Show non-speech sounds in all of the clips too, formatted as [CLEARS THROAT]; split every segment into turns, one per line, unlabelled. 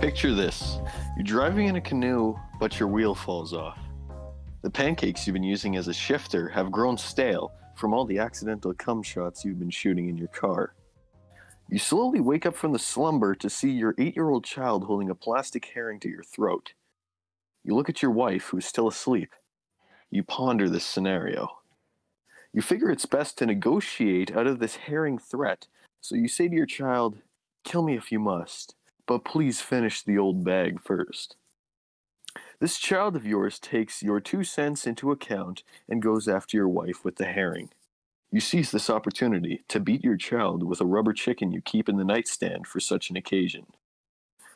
Picture this you're driving in a canoe, but your wheel falls off. The pancakes you've been using as a shifter have grown stale from all the accidental cum shots you've been shooting in your car. You slowly wake up from the slumber to see your eight year old child holding a plastic herring to your throat. You look at your wife, who's still asleep. You ponder this scenario. You figure it's best to negotiate out of this herring threat, so you say to your child, Kill me if you must, but please finish the old bag first. This child of yours takes your two cents into account and goes after your wife with the herring. You seize this opportunity to beat your child with a rubber chicken you keep in the nightstand for such an occasion.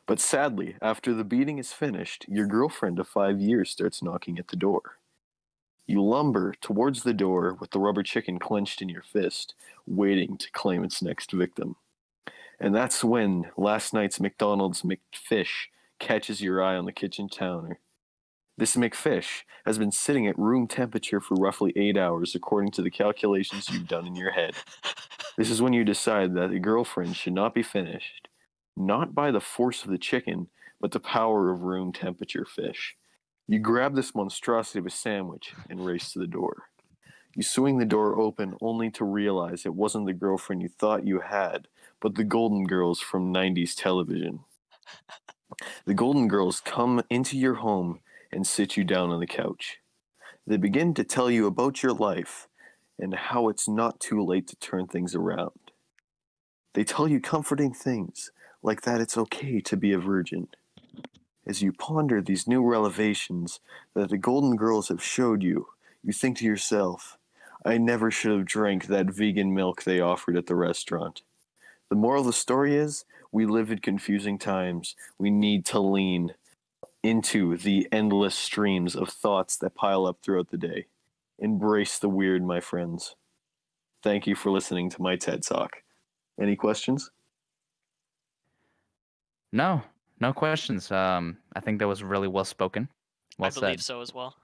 But sadly, after the beating is finished, your girlfriend of five years starts knocking at the door. You lumber towards the door with the rubber chicken clenched in your fist, waiting to claim its next victim. And that's when last night's McDonald's McFish catches your eye on the kitchen counter. This McFish has been sitting at room temperature for roughly eight hours, according to the calculations you've done in your head. This is when you decide that the girlfriend should not be finished, not by the force of the chicken, but the power of room temperature fish. You grab this monstrosity of a sandwich and race to the door. You swing the door open only to realize it wasn't the girlfriend you thought you had, but the Golden Girls from 90s television. The Golden Girls come into your home and sit you down on the couch. They begin to tell you about your life and how it's not too late to turn things around. They tell you comforting things, like that it's okay to be a virgin. As you ponder these new revelations that the Golden Girls have showed you, you think to yourself, I never should have drank that vegan milk they offered at the restaurant. The moral of the story is we live in confusing times. We need to lean into the endless streams of thoughts that pile up throughout the day. Embrace the weird, my friends. Thank you for listening to my TED Talk. Any questions?
No, no questions. Um, I think that was really well spoken. Well
I believe
said.
so as well.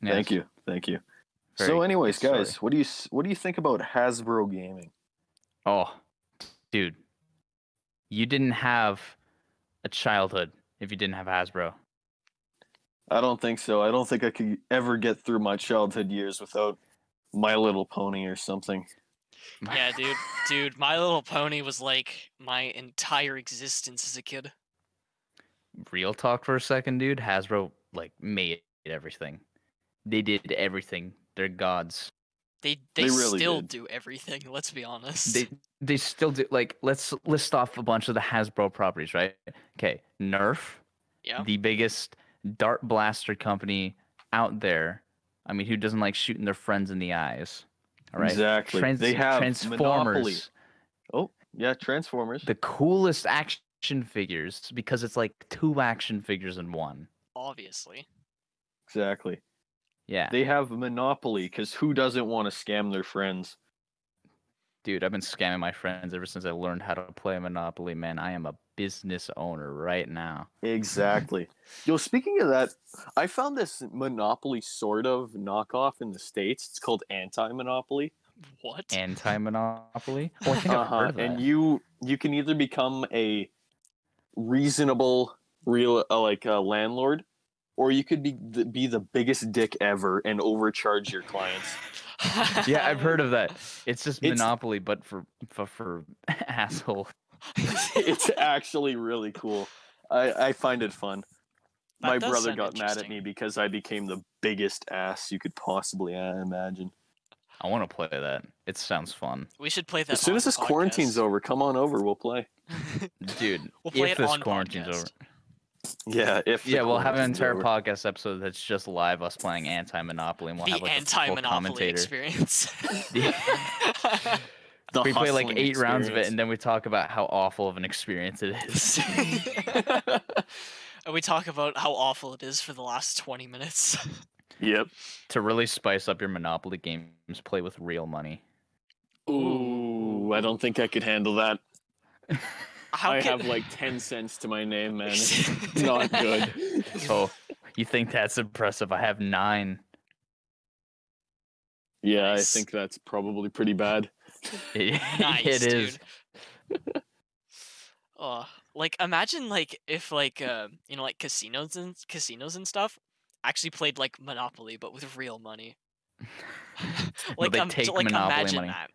Yes.
Thank you. Thank you.
Very
so anyways,
good
guys,
story.
what do you s- what do you think about Hasbro gaming?
Oh, dude, you didn't have a childhood if you didn't have Hasbro.
I don't think so. I don't think I could ever get through my childhood years without My Little Pony or something.
Yeah, dude. Dude, My Little Pony was like my entire existence as a kid.
[LAUGHS] real talk for a second, dude, Hasbro like made everything. They did everything. They're gods.
They they,
They really
still
did.
do everything, let's be honest.
They they still do like let's list off a bunch of the Hasbro properties, right? Okay, Nerf,
yeah.
the biggest dart blaster company out there. I mean, who doesn't like shooting their friends in the eyes? All right.
Exactly.
Trans-
they have
Transformers,
Monopoly. Oh, yeah, Transformers.
the coolest action figures because it's like two action figures in one.
obviously.
Exactly.
Yeah.
They have Monopoly cuz who doesn't want to scam their friends?
Dude, I've been scamming my friends ever since I learned how to play Monopoly, man. I am a business owner right now.
[LAUGHS] Exactly. Yo, speaking of that, I found this Monopoly sort of knockoff in the states. It's called Anti-Monopoly.
What? [LAUGHS]
[LAUGHS]
Anti Monopoly? Oh, I think I've heard
Uh-huh.
of
And
that.
you you can either become a reasonable real uh, like uh, landlord or you could be the, be the biggest dick ever and overcharge your clients. [LAUGHS]
Yeah, I've heard of that. It's just
It's-
Monopoly, but for for, for [LAUGHS] asshole.
it's actually really cool. I, I find it fun.
That
My
does
brother
sound
got mad at
interesting.
me because I became the biggest ass you could possibly uh, imagine.
I want to play that. It sounds fun.
We should play that.
as soon
on
as
the
this quarantine's
podcast.
over, come on over. We'll play.
Dude,
[LAUGHS] We'll play
if
it
this
on
quarantine's
podcast.
over.
Yeah, if the
Yeah, we'll have an
quarantine's
entire
over.
podcast episode that's just live us playing Anti Monopoly, and we'll have
the
like a full
anti-monopoly
commentator. [LAUGHS]
experience.
The
we play like
hustling
eight rounds of it,
experience.
and then we talk about how awful of an experience it
[LAUGHS]
is.
and [LAUGHS] we talk about how awful it is for the last 20 minutes.
Yep.
to really spice up your Monopoly games, play with real
[LAUGHS]
money.
Ooh, I don't think I could handle that.
How
I
can...
have like 10 cents to my name, man. It's
[LAUGHS]
[LAUGHS] not good.
Oh, you think that's impressive? I have nine. [LAUGHS]
Yeah,
Nice.
I think that's probably pretty bad.
It-
nice, [LAUGHS]
it is.
dude. oh, like imagine like if like uh, you know like casinos and casinos and stuff actually played like Monopoly but with
[LAUGHS]
real money. like
they
um,
take
so, like
Monopoly
imagine
money.
that.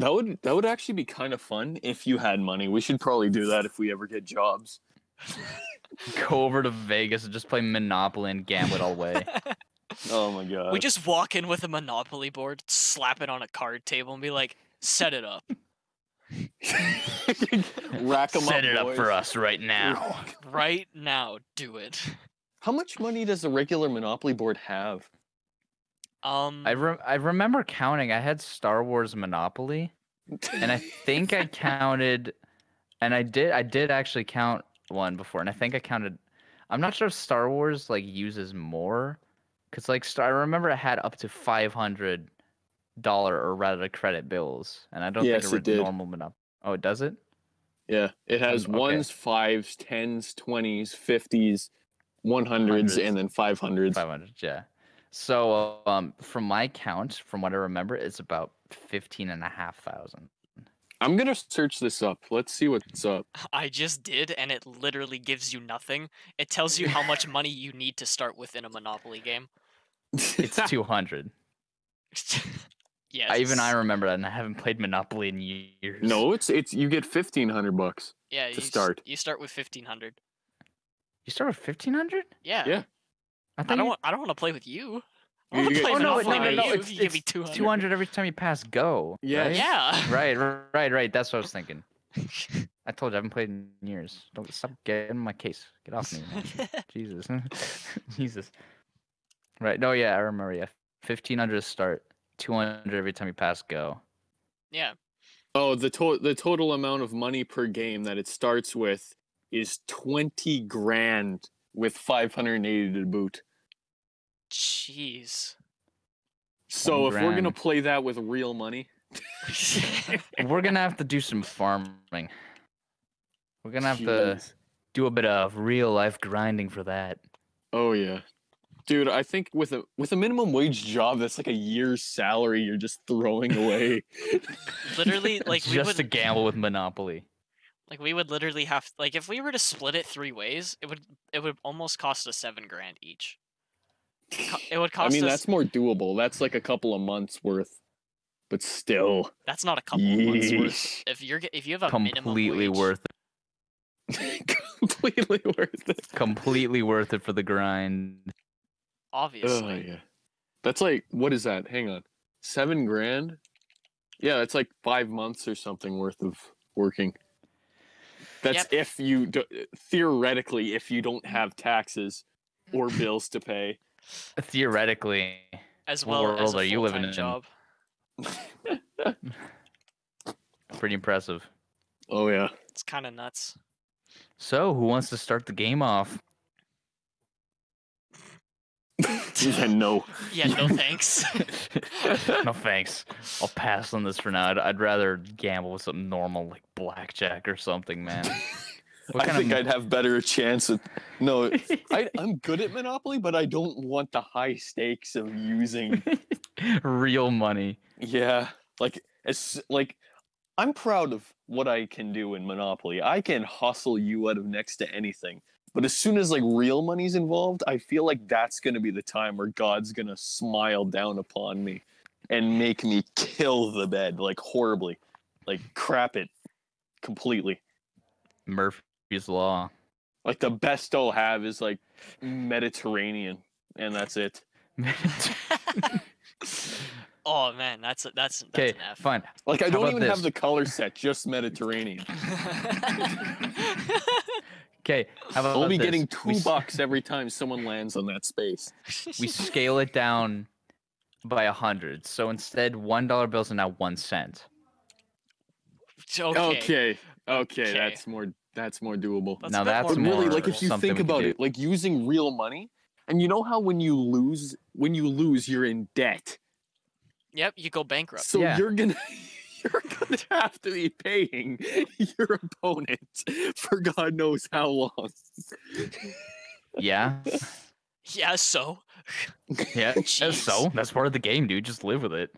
That would that would actually be kind of fun if you had money. We should probably do that if we ever get jobs.
[LAUGHS] Go over to Vegas and just play Monopoly and gamble it all
[LAUGHS]
away.
Oh my god.
Uh.
we just walk in with a Monopoly board, slap it on a card table, and be like, "Set it up
[LAUGHS] rack them up.
Set it up for
boys.
us right now.
right now. Do it." [LAUGHS]
How much money does a regular Monopoly board have?
Um,
I
Mm-hmm.
re- I remember counting. I had Star Wars Monopoly,
[LAUGHS]
and I think I counted, and I did I did actually count one before, and I think I counted. I'm not sure if Star Wars like uses more, cause like Star, I remember it had up to 500 dollar or rather credit bills, and I don't
Yes, it
think it,
did.
read normal Monopoly. Oh, it does it?
Yeah, it has
Um, okay.
ones, fives, tens, twenties, fifties, one
Hundreds.
hundreds, and then five hundreds.
500 yeah so um from my count from what i remember it's about 15 and a half thousand
I'm gonna search this up. Let's see what's up.
I just did, and it literally gives you nothing. It tells you how much money you need to start with in a Monopoly game.
[LAUGHS]
it's 200
[LAUGHS] yes.
I, even i remember that and i haven't played monopoly in years
no, it's it's you get fifteen hundred bucks.
yeah, you s-
start.
You start with fifteen hundred.
you start with 1500
Yeah.
Yeah,
i
I
thought
don't.
you-
wa- I don't want to play with you. I
You
want to
get-
play
Oh, no,
Monopoly
no,
with
no,
you
it's-
if you give me
it's
two hundred.
200 every time you pass go
Yeah.
right?
Yeah.
right r- right right that's what i was thinking
[LAUGHS]
i told you i haven't played in years don't stop getting in my case get off me
[LAUGHS]
man. jesus [LAUGHS] jesus right no yeah i remember yeah 1500 to start 200 every time you pass go
yeah.
Oh, the to- the total amount of money per game that it starts with is twenty grand with five hundred and eighty to boot.
Jeez.
So if we're gonna
grand.
play that with real money,
[LAUGHS] we're gonna have to do some farming. We're gonna have
[LAUGHS]
to
Jeez.
do a bit of real life grinding for that.
Oh yeah, dude. I think with a with a minimum wage job, that's like a year's salary you're just throwing away.
[LAUGHS]
literally, like we
just
would,
to gamble with Monopoly.
like we would literally have, like if we were to split it three ways, it would, it would almost cost us seven grand each.
[LAUGHS]
Co- It would
I
cost
mean,
us.
that's more doable. That's like a couple of months worth, but still,
That's not a couple of months worth.
yeesh.
If you're ge- if you have a
completely
minimum wage,
worth it.
[LAUGHS] completely worth it.
Completely worth it for the grind.
obviously.
Oh yeah, that's like what is that? Hang on, seven grand? Yeah, that's like five months or something worth of working. That's if you do, theoretically, if you don't have taxes or bills to pay.
Theoretically.
As
What
well as
world
a
are you living
full-time
in?
job.
Pretty impressive.
Oh yeah.
It's kind of nuts.
So who wants to start the game off?
[LAUGHS]
[LAUGHS]
yeah, no.
Yeah, no thanks. [LAUGHS]
no thanks. I'll pass on this for now. I'd, I'd rather gamble with something normal like blackjack or something,
[LAUGHS]
man. What
I
kind of
think
m-
I'd have better chance at no.
[LAUGHS]
I, I'm good at Monopoly, but I don't want the high stakes of using.
real money.
Yeah, like as like I'm proud of what I can do in Monopoly. I can hustle you out of next to anything. But as soon as like real money's involved, I feel like that's gonna be the time where God's gonna smile down upon me and make me kill the bed like horribly, like crap it completely.
Murphy's Law. [LAUGHS]
Like the best I'll have is like Mediterranean, and that's it.
oh man, that's a, that's that's
okay,
an F. [LAUGHS]
fine.
Like I
How
don't
about
even
this?
have the color set, just Mediterranean.
Okay, how about
I'll be
this?
getting
we,
two
s-
bucks every time someone lands on that space.
We scale it down by a hundred. So instead, one dollar bills are now one cent.
okay.
Okay. Okay,
Okay.
that's more that's more doable.
That's
now
a bit
that's
but really like
more
if you
something
think
we could
about
do.
it, like using real money, and you know how when you lose when you lose you're in debt.
Yep, you go bankrupt.
So
Yeah.
you're gonna [LAUGHS] you're gonna have to be paying [LAUGHS] your opponent for God knows how long. [LAUGHS]
Yeah,
Yeah, so
yeah.
Jeez.
So that's part of the game, dude. Just live with it.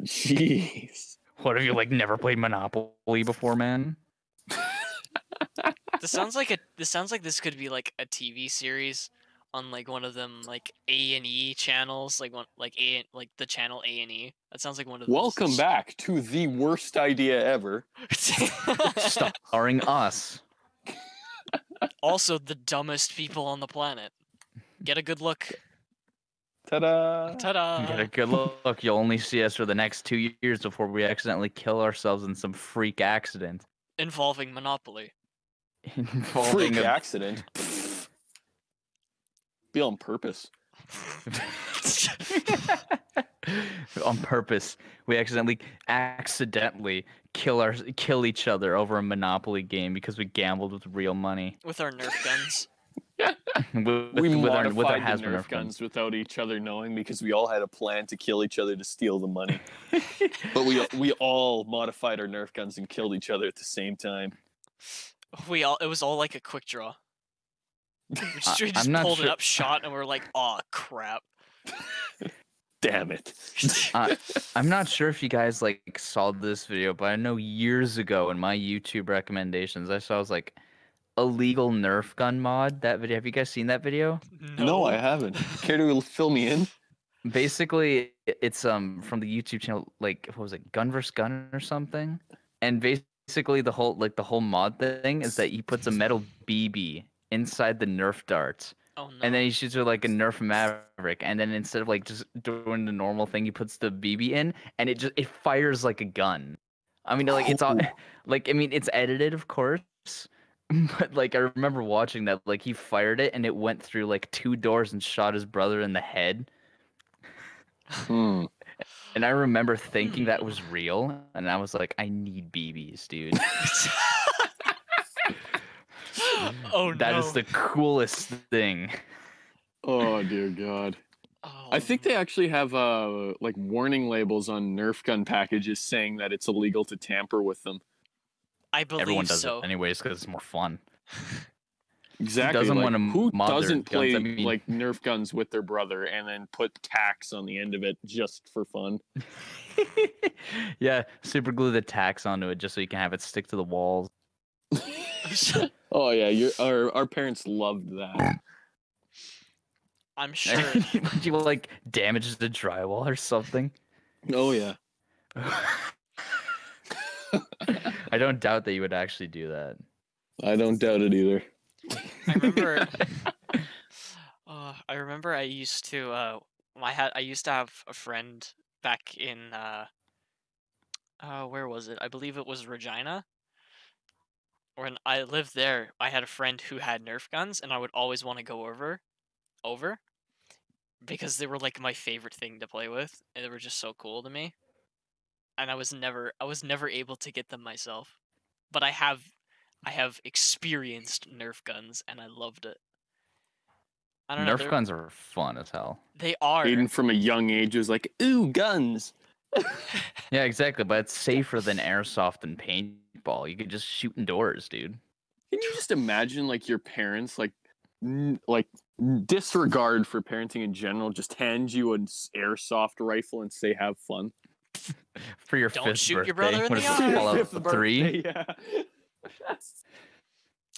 Jeez.
What have you like never played Monopoly before, man?
This sounds like a this sounds like this could be like a TV series on like one of them like A and E channels, like one like A like the channel A and E. That sounds like one of those.
Welcome
[LAUGHS]
back to the worst idea ever.
starring us.
also the dumbest people on the planet. Get a good look.
Ta-da!
Ta-da.
[LAUGHS] Get a good look. You'll only see us for the next two years before we accidentally kill ourselves in some freak accident [LAUGHS]
Involving
[LAUGHS]
Monopoly. [LAUGHS]
Freak
involving a-
accident. Be on purpose.
[LAUGHS] on purpose. We accidentally, accidentally kill our kill each other over a Monopoly game because we gambled with real money. [LAUGHS]
With our Nerf guns. [LAUGHS]
with,
we
with our,
modified
with our
the
Hasbro
Nerf
guns.
guns without each other knowing because we all had a plan to kill each other to steal the money. [LAUGHS]
[LAUGHS]
but we [LAUGHS] we all modified our Nerf guns and killed each other at the same time.
We all it was all like a quick draw. We just, we
I'm
just
not
pulled it
sure-
up, shot, and we're like, oh crap.
Damn it!
[LAUGHS] Uh, I'm not sure if you guys like saw this video, but I know years ago in my YouTube recommendations, I saw it was like illegal Nerf gun mod. That video. Have you guys seen that video?
[LAUGHS] No, I haven't. Care to fill me in?
basically i- it's um from the youtube channel like what was it gun vs gun or something and basically the whole like the whole mod thing is that he puts a metal bb inside the nerf darts
Oh no.
and [LAUGHS] then he shoots with like a nerf maverick and then instead of like just doing the normal thing he puts the bb in and it just it fires like a gun i mean like it's all
Oh.
Ooh.
[LAUGHS] like i mean it's edited of course [LAUGHS] but like i remember watching that like he fired it and it went through like two doors and shot his brother in the head
Hmm.
and I remember thinking that was
Hmm.
real, and I was like, I need BBs, dude.
[LAUGHS] [LAUGHS] oh no.
That is the coolest thing.
Oh dear God!
Oh,
I think they actually have uh like warning labels on Nerf gun packages saying that it's illegal to tamper with them.
I believe
Everyone does
so.
it anyways because it's more fun.
Exactly.
doesn't
like,
wanna
who
mod their
doesn't
guns?
play
I mean-
like Nerf guns with their brother and then put tax on the end of it just for [LAUGHS] fun?
[LAUGHS] yeah, super glue the tacks onto it just so you can have it stick to the walls. [LAUGHS]
Oh yeah, your our our parents loved that.
[LAUGHS] I'm sure.
you will like damage the drywall or something. [LAUGHS]
Oh yeah.
I don't doubt that you would actually do that.
I don't doubt it either.
I
[LAUGHS]
remember. [LAUGHS] uh, I remember. I used to. Uh, I had. I used to have a friend back in. Uh, uh, where was it? I believe it was Regina. When I lived there, I had a friend who had Nerf guns, and I would always want to go over, over, because they were like my favorite thing to play with, and they were just so cool to me. And I was never, I was never able to get them myself, but I have I have experienced Nerf guns and I loved it. I don't know.
Nerf
they're-
guns are fun as hell.
They are.
Aiden from a young age was like, "Ooh, guns."
Yeah, exactly. But it's safer than airsoft and paintball. You could just shoot indoors, dude.
Can you just imagine like your parents like n- like disregard for parenting in general just hand you an s- airsoft rifle and say have fun?
For your
Don't
fifth
shoot your
birthday.
brother in
what
the
is
eye.
[LAUGHS]
it, Fallout
Fifth
Three?
birthday, Yeah.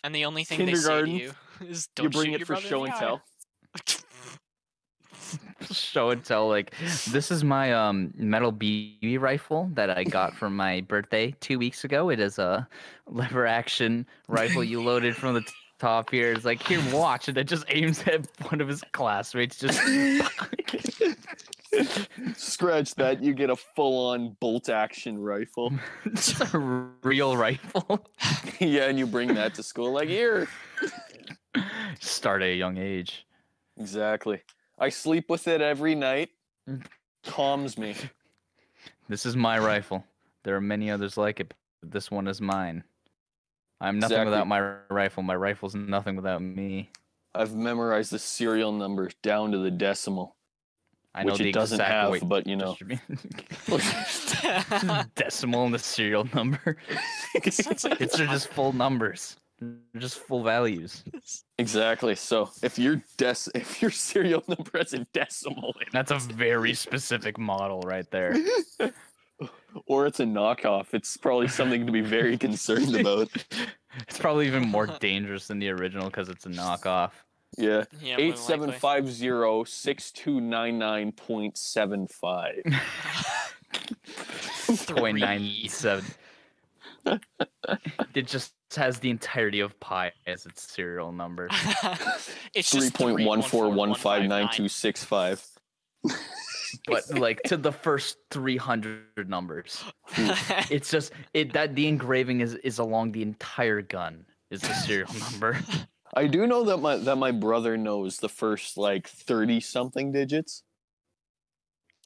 And the only thing they say to
Kindergarten,
you [LAUGHS] is don't
you bring
shoot
it
your
for
brother
show
in the
and
eye."
tell.
[LAUGHS] Show and tell. Like this is my um metal BB rifle that I got for my birthday two weeks ago. It is a lever action rifle you loaded from the t- top here. It's like here, watch, and it just aims at one of his classmates. Just [LAUGHS]
Scratch that, you get a full-on bolt-action
[LAUGHS]
rifle. [LAUGHS]
it's a real rifle.
yeah, and you bring that to school like here.
Start at a young age.
Exactly. I sleep with it every night.
Mm.
Calms me.
This is my rifle. There are many others like it, but this one is mine. I'm nothing without
Exactly.
my rifle. My rifle's nothing without me.
I've memorized the serial number down to the decimal,
I know
which
the
it doesn't
exact
have,
weight
but you
[LAUGHS]
know. [LAUGHS]
distribu-
[LAUGHS]
[LAUGHS] decimal and the serial number. [LAUGHS]
Sounds like
It's are just full numbers. They're just full values.
exactly. So if your dec- if your serial number has a decimal in
That's a very specific model right there.
it, or it's a knockoff, it's probably something to be very concerned about.
[LAUGHS] It's probably even more dangerous than the original because it's a knockoff.
Yeah.
Yeah, more than
Eight seven
likely.
five zero six two nine nine point seven five.
Point nine seven. It just has the entirety of pi as its serial
[LAUGHS]
number.
[LAUGHS] it's
Three
just
point one four one five nine
3.141592.
two six five.
But like to the first three hundred numbers, it's just it that the engraving is is along the entire gun is the serial [LAUGHS] number.
I do know that my that my brother knows the first like thirty something digits.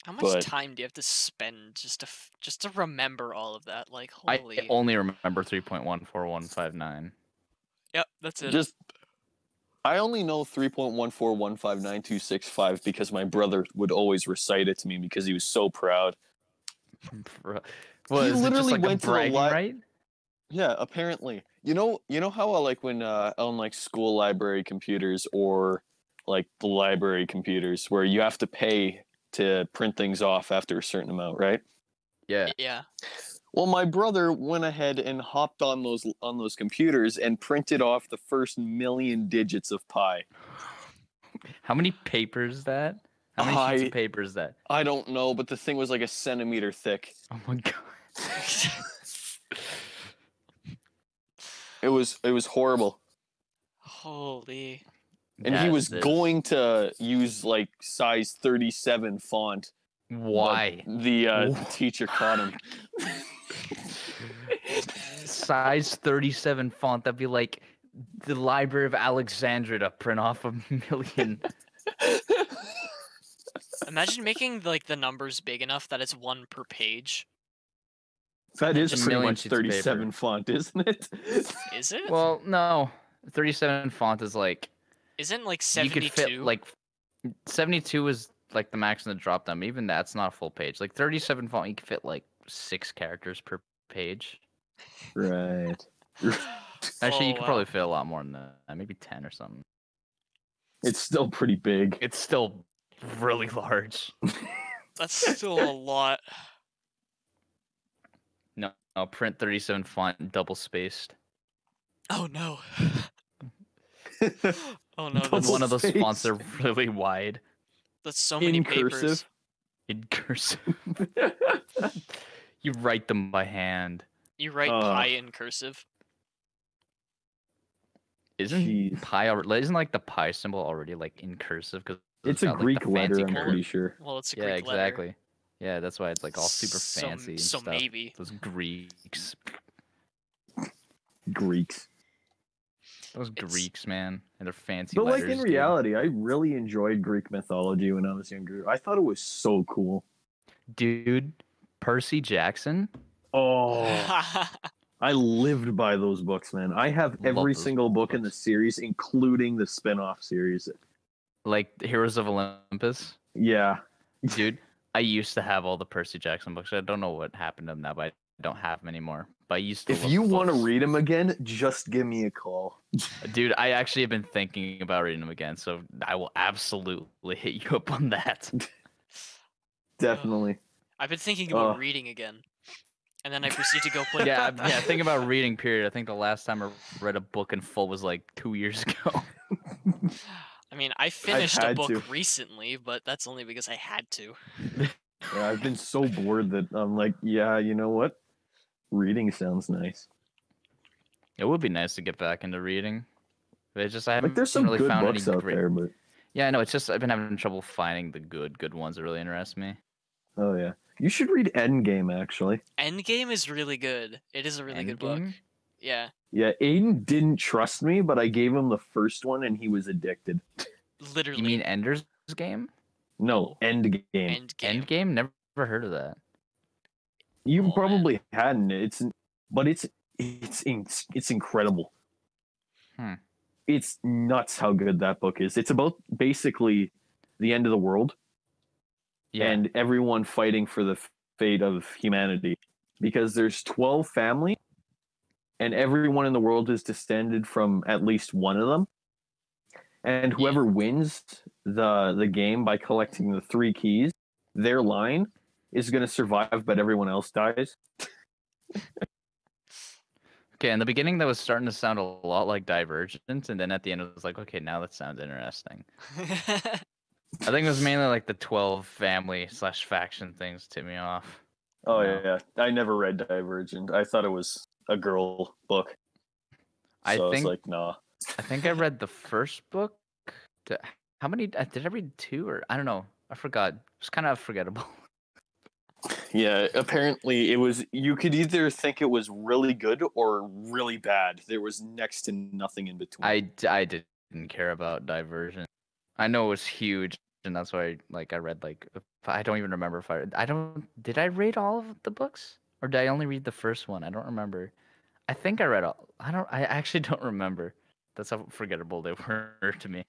[LAUGHS] How much
but-
time do you have to spend just to f- just to remember all of that? Like
I
holy.
only remember three point one four one five nine. [LAUGHS]
Yep, that's it.
Just I only know three point one four one five nine two six five because my brother would always recite it to me because he was so proud.
Well, is it just
literally
like
went to
a
the
bragging
li-
right?
Yeah, apparently. You know, you know how uh, like when uh, on like school library computers or like the library computers where you have to pay to print things off after a certain amount, right?
Yeah.
yeah.
Well, my brother went ahead and hopped on those on those computers and printed off the first million digits of pi.
How many papers is that? How many sheets
I-
of paper is that? [LAUGHS]
I don't know, but the thing was like a centimeter thick.
Oh my god.
It was it was horrible.
holy.
And he
That
was
is-
going to use like size 37 font. but
Why?
The, uh,
Wh-
teacher caught him.
Size 37 font. That'd be like the Library of Alexandria to print off a [LAUGHS]
[LAUGHS]
million. [LAUGHS]
Imagine making like the numbers big enough that it's one per page.
That is
A
pretty
million
much
sheets of paper.
37 font, [LAUGHS] isn't it?
Is it?
well, no. 37 font is like.
Isn't like
You could fit
seventy-two? [LAUGHS]
like 72 is like the max in the drop down. but Even that's not a full page. Like 37 font, you could fit like six characters per page.
right.
Actually,
Oh,
you could
wow.
probably fit a lot more than that. Maybe 10 or something.
It's still pretty big. [LAUGHS]
It's still really large.
That's still a lot.
No, no, print 37 font double spaced.
Oh no.
[LAUGHS]
oh no.
Double
With
That's,
one of those fonts that
spaced.
are [LAUGHS] really wide
that's so many
in
papers.
cursive.
in cursive. you write them by hand.
You write
Uh,
pi in cursive.
Isn't
Jeez.
pi already, isn't like the pi symbol already like in cursive? Because
It's a Greek letter, I'm pretty sure.
Well, it's a
Yeah,
Greek letter.
exactly. Yeah, that's why it's like all super
So-
fancy and
So
stuff.
maybe.
Those Greeks,
Greeks.
those
It's-
Greeks, man, and their fancy.
But like
letters,
in
dude.
reality, I really enjoyed Greek mythology when I was younger. I thought it was so cool.
dude, Percy Jackson.
Oh,
[LAUGHS]
I lived by those books, man. I have
Love
every
those
single book in the
books.
series, including the spin-off series.
like Heroes of Olympus,
Yeah. [LAUGHS]
dude. I used to have all the Percy Jackson books. I don't know what happened to them now, but I don't have them anymore. But I used to.
If
love
you
the
want to
books.
read them again, just give me a call.
dude, I actually have been thinking about reading them again, so I will absolutely hit you up on that.
[LAUGHS] Definitely.
[LAUGHS] I've been thinking about
Ugh.
reading again, and then I proceed
[LAUGHS]
to go play.
yeah, I- yeah. Think about reading. Period. I think the last time I read a book in full was like two years [LAUGHS] ago.
[LAUGHS] I mean, I finished a
had
book
to.
recently, but that's only because I had to.
Yeah, I've been so bored that I'm like, yeah, you know what? Reading sounds nice.
It would be nice to get back into reading. But it's just I haven't
Like, there's some
really
good
found
books
any
out
great.
there, but
Yeah, no, it's just I've been having trouble finding the good, good ones that really interest me.
oh yeah, you should read Endgame actually.
Endgame is really good. It is a really good book.
Endgame?
Yeah,
Yeah, Aiden didn't trust me, but I gave him the first one, and he was addicted.
literally.
You mean Ender's Game?
No, Endgame.
Endgame?
Endgame? Never heard of that.
you
Oh, man.
probably hadn't. It's, but it's it's in- it's incredible.
Hmm.
It's nuts how good that book is. It's about basically the end of the world
Yeah.
and everyone fighting for the fate of humanity because there's 12 families and everyone in the world is descended from at least one of them and whoever wins the the game by collecting the three keys their line is going to survive but everyone else dies
Okay, in the beginning that was starting to sound a lot like Divergent, and then at the end it was like, okay, now that sounds interesting. I think it was mainly like the twelve family slash faction things tipped me off.
Oh
No.
yeah, yeah. I never read Divergent. I thought it was a girl book. So
I
was
think-
like, nah.
I think I read the first book. To, how many uh, did I read? Two or I don't know. I forgot. It was kind of forgettable.
Yeah, apparently it was. You could either think it was really good or really bad. There was next to nothing in between.
I d- I didn't care about Divergent. I know it was huge, and that's why like I read like if- I don't even remember if I I don't did I read all of the books or did I only read the first one? I don't remember. I think I read all. I don't. I actually [LAUGHS] don't remember. That's how forgettable they [LAUGHS] were to me.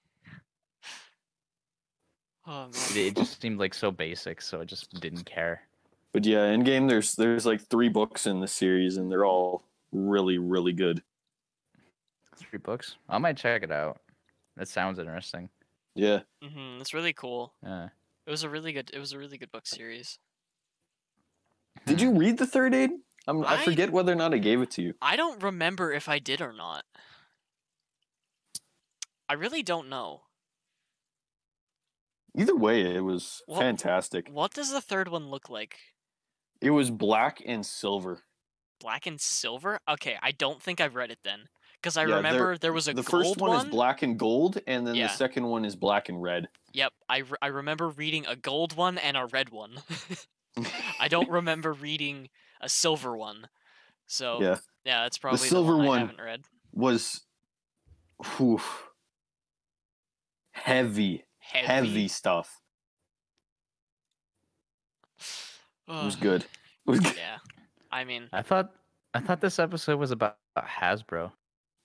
[LAUGHS] oh,
It,
man.
it just seemed like so basic, so I just didn't care.
But yeah, in game there's there's like three books in the series, and they're all really really good.
Three books. I might check it out. That sounds interesting. Uh,
Yeah,
Mhm, it's really cool.
Yeah.
It was a really good. It was a really good book series.
[LAUGHS]
did you read the Third Aid? I'm, I
I-
forget whether or not I gave it to you.
I don't remember if I did or not. I really don't know.
Either way, it was
Well-
fantastic.
What does the third one look like?
It was black and silver.
Black and silver? Okay, I don't think I've read it then, because I
Yeah, there-
remember there, was a
The
gold
first one, is black and gold, and then
Yeah.
the second one is black and red.
Yep, I, re- I remember reading a gold one and a red one. [LAUGHS]
[LAUGHS]
I don't remember reading a silver one. So
Yeah.
that's probably
silver
the one,
one.
I haven't read.
was whew, heavy,
Heavy. [SIGHS]
heavy stuff. It was
Ugh,
good. It was good.
Uh-huh. Yeah. I mean,
I thought I thought this episode was about
[LAUGHS]
Hasbro.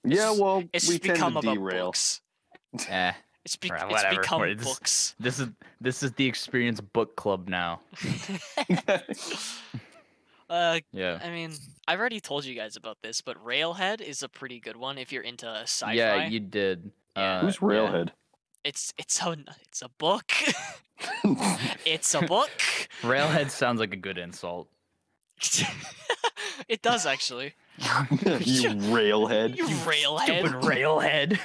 Yeah, well,
it's
we
just
tend
become
to
about
derail. [LAUGHS]
books.
Eh.
It's, be-
Or
it's
whatever,
become
words.
books.
This is this is the experience book club now.
uh,
Yeah.
I mean, I've already told you guys about this, but Railhead is a pretty good one if you're into sci-fi.
Yeah, you did.
Yeah.
Uh,
Who's Railhead? [LAUGHS]
It's it's a it's a book. [LAUGHS] it's a book. [LAUGHS]
yeah. Railhead sounds like a good insult.
it
[LAUGHS]
does actually.
you Railhead.
[LAUGHS] You
Stupid
Railhead.
railhead.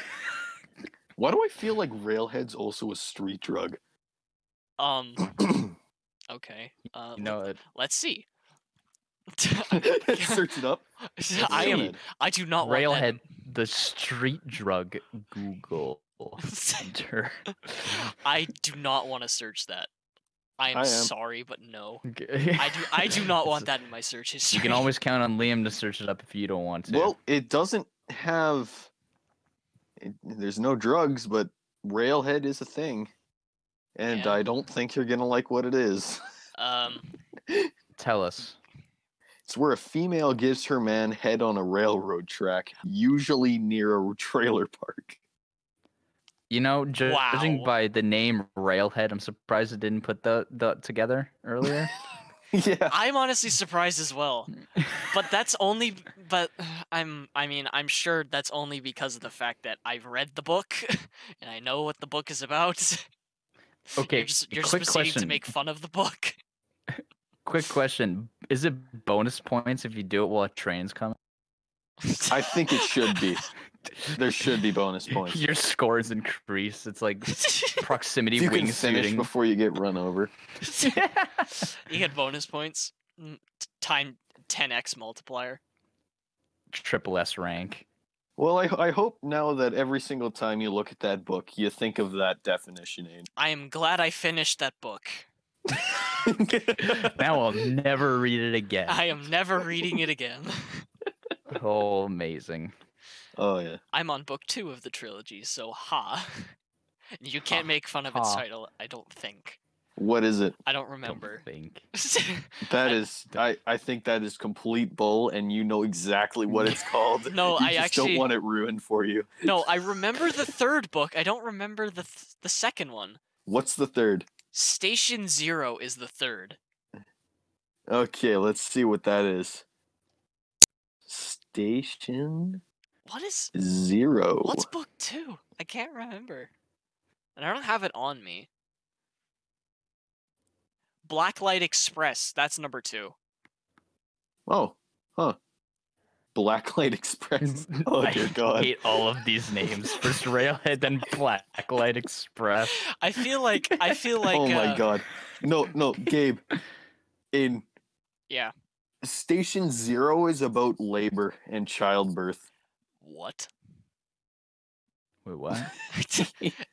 Why do I feel like Railhead's also a street drug? [LAUGHS]
Um.
[CLEARS THROAT]
Okay. Uh,
You know it. [LAUGHS]
Let's see.
Search it up.
[LAUGHS] I am.
Railhead.
I do not
Railhead, the street drug. Google.
Want that.
Enter.
[LAUGHS] [LAUGHS] I do not want to search that. I am,
I am.
sorry, but no.
Okay.
I do. I
[LAUGHS]
do not want
It's-
that in my search history.
You can always count on Liam to search it up if you don't want to.
Well, it doesn't have. it- there's no drugs, but Railhead is a thing, and
Yeah.
I don't think you're gonna like what it is.
[LAUGHS]
[LAUGHS]
Um.
tell us.
It's where a female gives her man head on a railroad track, usually near a trailer park.
You know, ju- judging
Wow.
by the name Railhead, I'm surprised it didn't put the the together
[LAUGHS]
earlier.
yeah.
I'm honestly surprised as well. But that's only b- but [SIGHS] I'm I mean, I'm sure that's only because of the fact that I've read the book [LAUGHS] and I know what the book is about. [LAUGHS]
Okay,
You're just, you're just
quick
proceeding to
question.
make fun of the book.
Quick question: Is it bonus points if you do it while a train's coming?
I think it should be. There should be bonus points.
[LAUGHS] Your scores increase. It's
[LAUGHS]
like proximity
If you can finish
[LAUGHS] wingsuiting.
before you get run over.
[LAUGHS] you get bonus points. mm, t- Time 10x multiplier.
Triple S rank.
Well, I, I hope now that every single time you look at that book, you think of that definition,
I am glad I finished that book.
Aiden. [LAUGHS]
[LAUGHS]
Now I'll never read it again.
I am never reading it again. [LAUGHS]
Oh, amazing.
oh, yeah.
I'm on book 2 of the trilogy, so ha. [LAUGHS] You can't
Ha,
make fun of its
ha.
title, I don't think.
What is it?
I don't
Don't
remember.
think.
[LAUGHS]
[LAUGHS]
That is, I, I think that is complete bull, and you know exactly what
[LAUGHS]
it's called.
No,
you
I
just
actually-
don't want it ruined for you.
no, I remember the third book. I don't remember the th- the second one.
What's the third?
Station Zero is the third.
Okay, let's see what that is. Station
What is?
zero.
What's book two? I can't remember, and I don't have it on me. Blacklight Express. That's number two.
Oh, Blacklight [LAUGHS] Express. Oh
I
dear God!
hate all of these names. First Railhead, then Blacklight Express.
I feel like
[LAUGHS]
I feel like
oh my
uh,
God! No, no, Gabe. In
Yeah.
Station Zero is about labor and childbirth.
What? [LAUGHS]
Wait, what?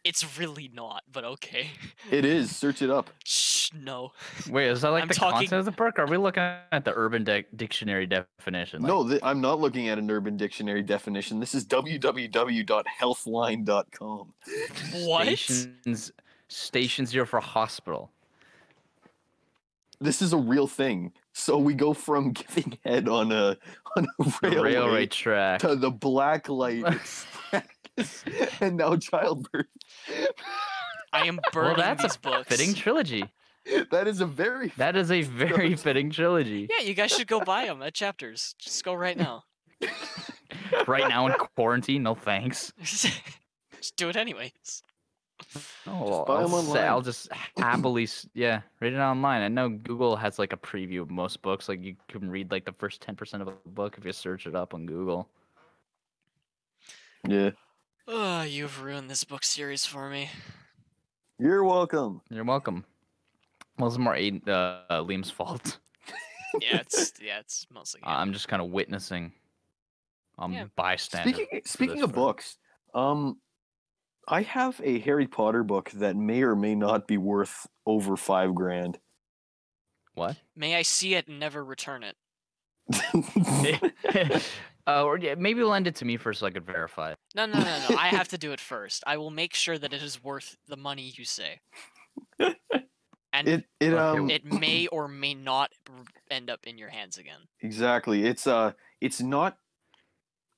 it's really not, but okay.
It is. Search it up.
Shh, no.
Wait, is that like
I'm
the
talking-
content of the perk? Are we looking at the Urban Dic- Dictionary definition? Like,
no, th- I'm not looking at an Urban Dictionary definition. This is www.healthline.com.
What?
Stations, station zero for hospital.
This is a real thing. So we go from [LAUGHS] giving head on a on a
The
railway,
railway track.
to the black
[LAUGHS]
light, Express, [LAUGHS] and now childbirth.
I am
Well,
burning
that's
these
a
books.
fitting trilogy.
That is a very
That is a very fitting
[LAUGHS]
trilogy.
Yeah, you guys should go buy them at Chapters. Just go right now.
Right now in quarantine, no thanks.
Just do it anyways.
Oh,
Just
well,
buy
I'll,
'em
say- I'll
online.
just happily, s- yeah, read it online. I know Google has like a preview of most books. Like you can read like the first ten percent of a book if you search it up on Google.
yeah.
Oh, you've ruined this book series for me.
You're welcome.
You're welcome. Well, it's more Aiden, uh, uh, Liam's fault.
Yeah, it's yeah, it's mostly.
I- I'm just kind of witnessing. I'm
Yeah.
bystander.
Speaking speaking
this
of
for-
books, um, I have a Harry Potter book that may or may not be worth over five
[LAUGHS]
grand.
what?
May I see it and never return it?
[LAUGHS] uh, or yeah, maybe lend it to me first so I could verify. it.
No, no, no, no. I have to do it first. I will make sure that it is worth the money you say. And
it it
Okay,
um
it may or may not r- end up in your hands again.
exactly. It's uh it's not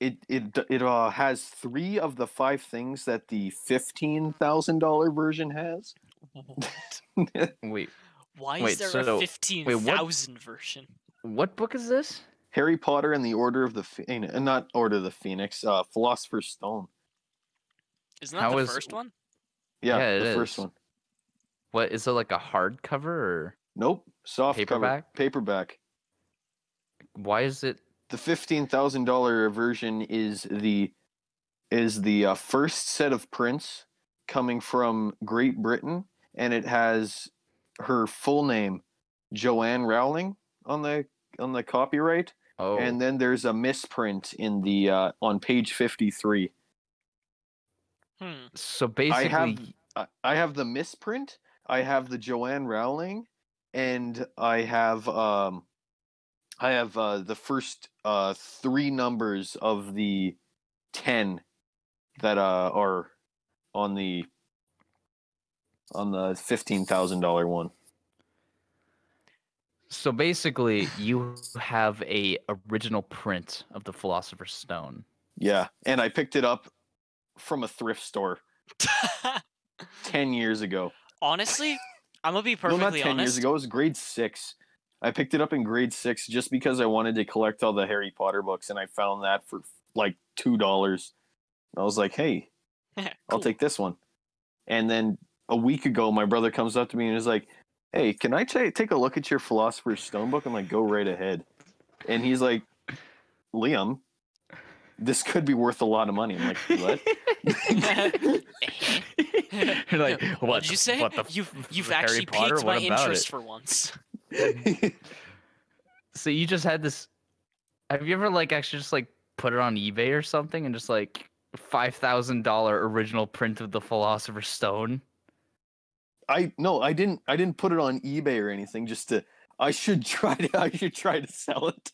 it it d- it uh has three of the five things that the fifteen thousand dollar version has.
What?
Wait,
Why
Wait,
is there
so-
a
wait,
fifteen thousand version?
what book is this?
Harry Potter and the Order of the Phoenix, not Order of the Phoenix, uh, Philosopher's Stone.
Isn't that
How
the
is-
first one?
Yeah,
Yeah, it
the first
is.
one.
What is it like a hardcover or
Nope, soft cover,
Paperback?
paperback.
why is it?
The fifteen thousand dollar version is the is the uh, first set of prints coming from Great Britain, and it has her full name, Joanne Rowling, on the on the copyright.
Oh,
And then there's a misprint in the uh, on page fifty three.
[LAUGHS]
Hmm.
oh, so basically,
I- I have the misprint. I have the Joanne Rowling, and I have um, I have uh, the first uh three numbers of the ten that uh are on the on the fifteen thousand dollar one.
so basically, you have a original print of the Philosopher's Stone.
Yeah, and I picked it up from a thrift store ten years ago.
Honestly, I'm gonna be perfectly
no, not ten
honest.
years ago. It was grade six. I picked it up in grade six just because I wanted to collect all the Harry Potter books, and I found that for like two dollars. I was like, "Hey, I'll
[LAUGHS] Cool.
take this one." And then a week ago, my brother comes up to me and is like, "Hey, can I ta- take a look at your Philosopher's Stone book?" I'm like, "Go right ahead." And he's like, "Liam, this could be worth a lot of money." I'm like,
[LAUGHS]
"What?"
[LAUGHS]
Eh.
You're like, what?
Did
the-
you say
what the
you've
f-
you've
Harry
actually
Potter?
piqued
What
my
about
interest
it?"
for once?
[LAUGHS]
[LAUGHS]
So you just had this. Have you ever like actually just like put it on eBay or something and just like five thousand dollar original print of the Philosopher's Stone?
I no, I didn't. I didn't put it on eBay or anything. Just to, I should [LAUGHS] try to. I should try to sell it.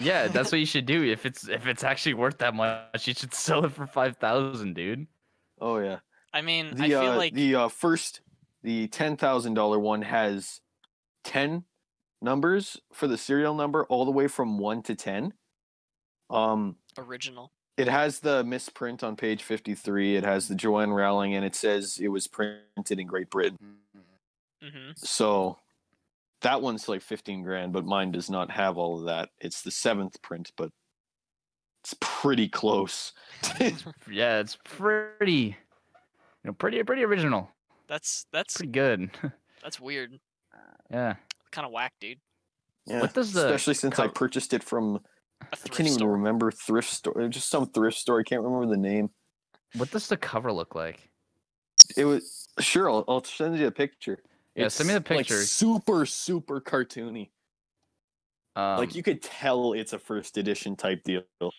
Yeah, that's what you should do. If it's if it's actually worth that much, you should sell it for five thousand, dude.
Oh yeah.
I mean,
The
Mm, I feel
uh,
like
the uh, first, the ten thousand dollar one has ten numbers for the serial number all the way from one to ten. Um,
original.
it has the misprint on page fifty three. It has the Joanne Rowling, and it says it was printed in Great Britain.
hmm
So that one's like 15 grand, but mine does not have all of that. It's the seventh print, but it's pretty close.
Yeah, it's pretty, you know, pretty pretty original,
That's that's
pretty good. [LAUGHS]
that's weird.
yeah.
Kind of whack, dude.
Yeah.
What does the
Especially since I
cov-
purchased it from
A
I
thrift
can't even
store.
remember thrift store. Just some thrift store. I can't remember the name.
What does the cover look like?
It was sure. I'll, I'll send you a picture.
Yeah, send me the
It's, like,
picture.
super, super cartoony.
Um,
like you could tell it's a first edition type deal.
Huh.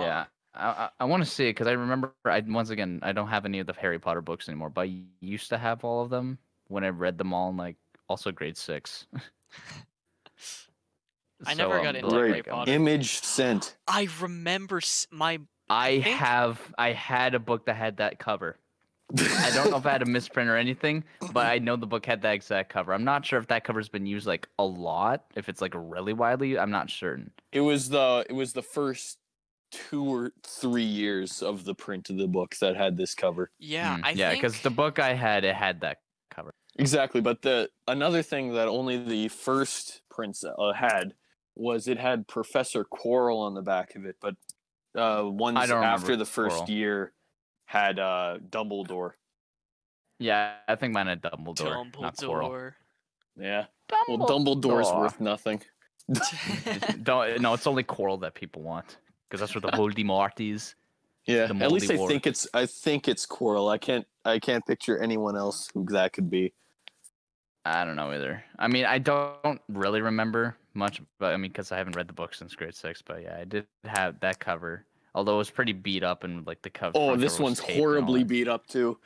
Yeah, I I, I want to see it because I remember. I once again I don't have any of the Harry Potter books anymore, but I used to have all of them when I read them all in like also grade six.
[LAUGHS] I never got into
Right.
like,
Harry
like, um,
Potter.
Image sent.
I remember s- my
I
think-
have I had a book that had that cover. I don't know if I had a misprint or anything, but I know the book had that exact cover. I'm not sure if that cover's been used like a lot, if it's like really widely. I'm not certain.
It was the it was the first two or three years of the print of the book that had this cover.
yeah.
Mm,
I
yeah,
think...
because the book I had it had that cover.
Exactly, but the another thing that only the first prints uh, had was it had Professor Quirrell on the back of it, but uh, ones
I don't
after
remember
the first
Quirrell.
year had uh, Dumbledore.
Yeah, I think mine had Dumbledore, not Quirrell.
Dumbledore.
Yeah, well, Dumbledore's
Dumbledore.
worth nothing.
[LAUGHS] Don't, uh, no, it's only Quirrell that people want because that's what the Voldemort is.
Yeah,
The
at least I
Moldy
think it's I think it's Quirrell. I can't I can't picture anyone else who that could be.
I don't know either. I mean, I don't really remember much, but I mean, because I haven't read the book since grade six. But yeah, I did have that cover, although it was pretty beat up and like the cover.
Oh,
front
this
cover was
one's
taped and all
horribly
that.
beat up too.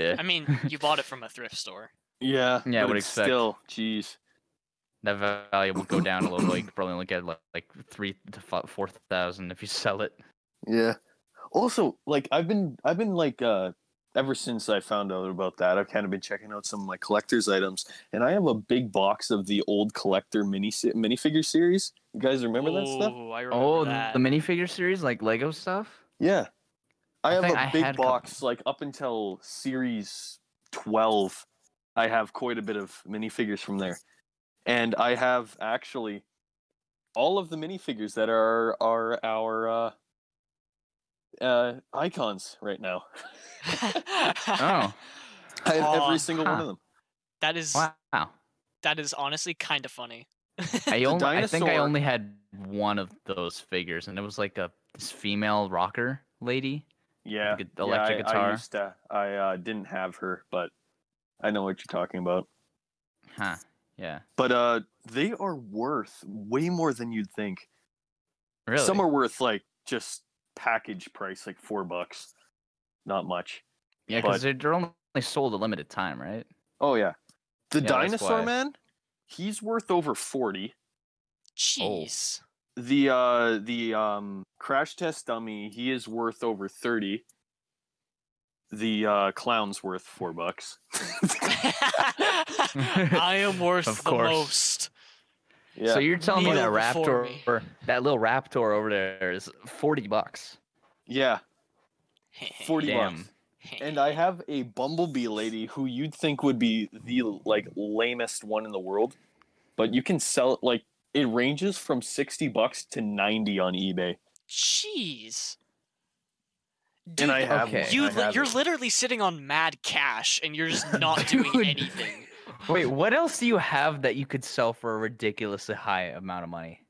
Yeah.
[LAUGHS] I mean, you bought it from a thrift store.
Yeah,
Yeah, I
but
would
it's
expect.
Still, jeez.
that value will go down a little. Like probably only get like, like three to fi- four thousand if you sell it.
Yeah. Also, like I've been I've been like uh ever since I found out about that, I've kind of been checking out some of my collector's items, and I have a big box of the old collector mini se- minifigure series. You guys remember that stuff?
Oh, I remember
Oh,
that.
the
[LAUGHS]
minifigure series, like Lego stuff.
Yeah. I,
I
have
think
a
I had
big
a couple.
box like up until series 12. I have quite a bit of minifigures from there. And I have actually all of the minifigures that are are our uh uh icons right now. [LAUGHS]
Oh.
I have
Aw,
every single one
huh.
of them.
that is
Wow.
that is honestly kind of funny. [LAUGHS]
I only I think I
dinosaur-
only had one of those figures, and it was like a this female rocker lady.
Yeah.
gu-
yeah,
electric
I- I,
guitar.
used to, I uh, didn't have her, but I know what you're talking about.
Huh. Yeah.
But uh they are worth way more than you'd think.
Really.
Some are worth like just package price, like four bucks. Not much.
yeah,
but-
because they're, they're only sold a limited time, right?
Oh yeah. The
Yeah, that's
dinosaur
why.
man, he's worth over forty.
Oh. [LAUGHS]
Jeez. [LAUGHS]
The uh the um crash test dummy, he is worth over thirty. The uh clown's worth four bucks. [LAUGHS]
[LAUGHS]
I am worth
Of
the
course.
most.
yeah.
So you're telling me
Kneel
that
before me.
raptor, that little raptor over there, is forty bucks.
yeah, forty bucks.
Damn.
And I have a bumblebee lady who you'd think would be the like lamest one in the world, but you can sell it like it ranges from sixty bucks to ninety on eBay.
Jeez. Dude,
And I have
okay.
one.
you
I
li-
have
you're
it.
literally sitting on mad cash and you're just not doing
[LAUGHS] Dude.
anything.
Wait, what else do you have that you could sell for a ridiculously high amount of
[LAUGHS]
money?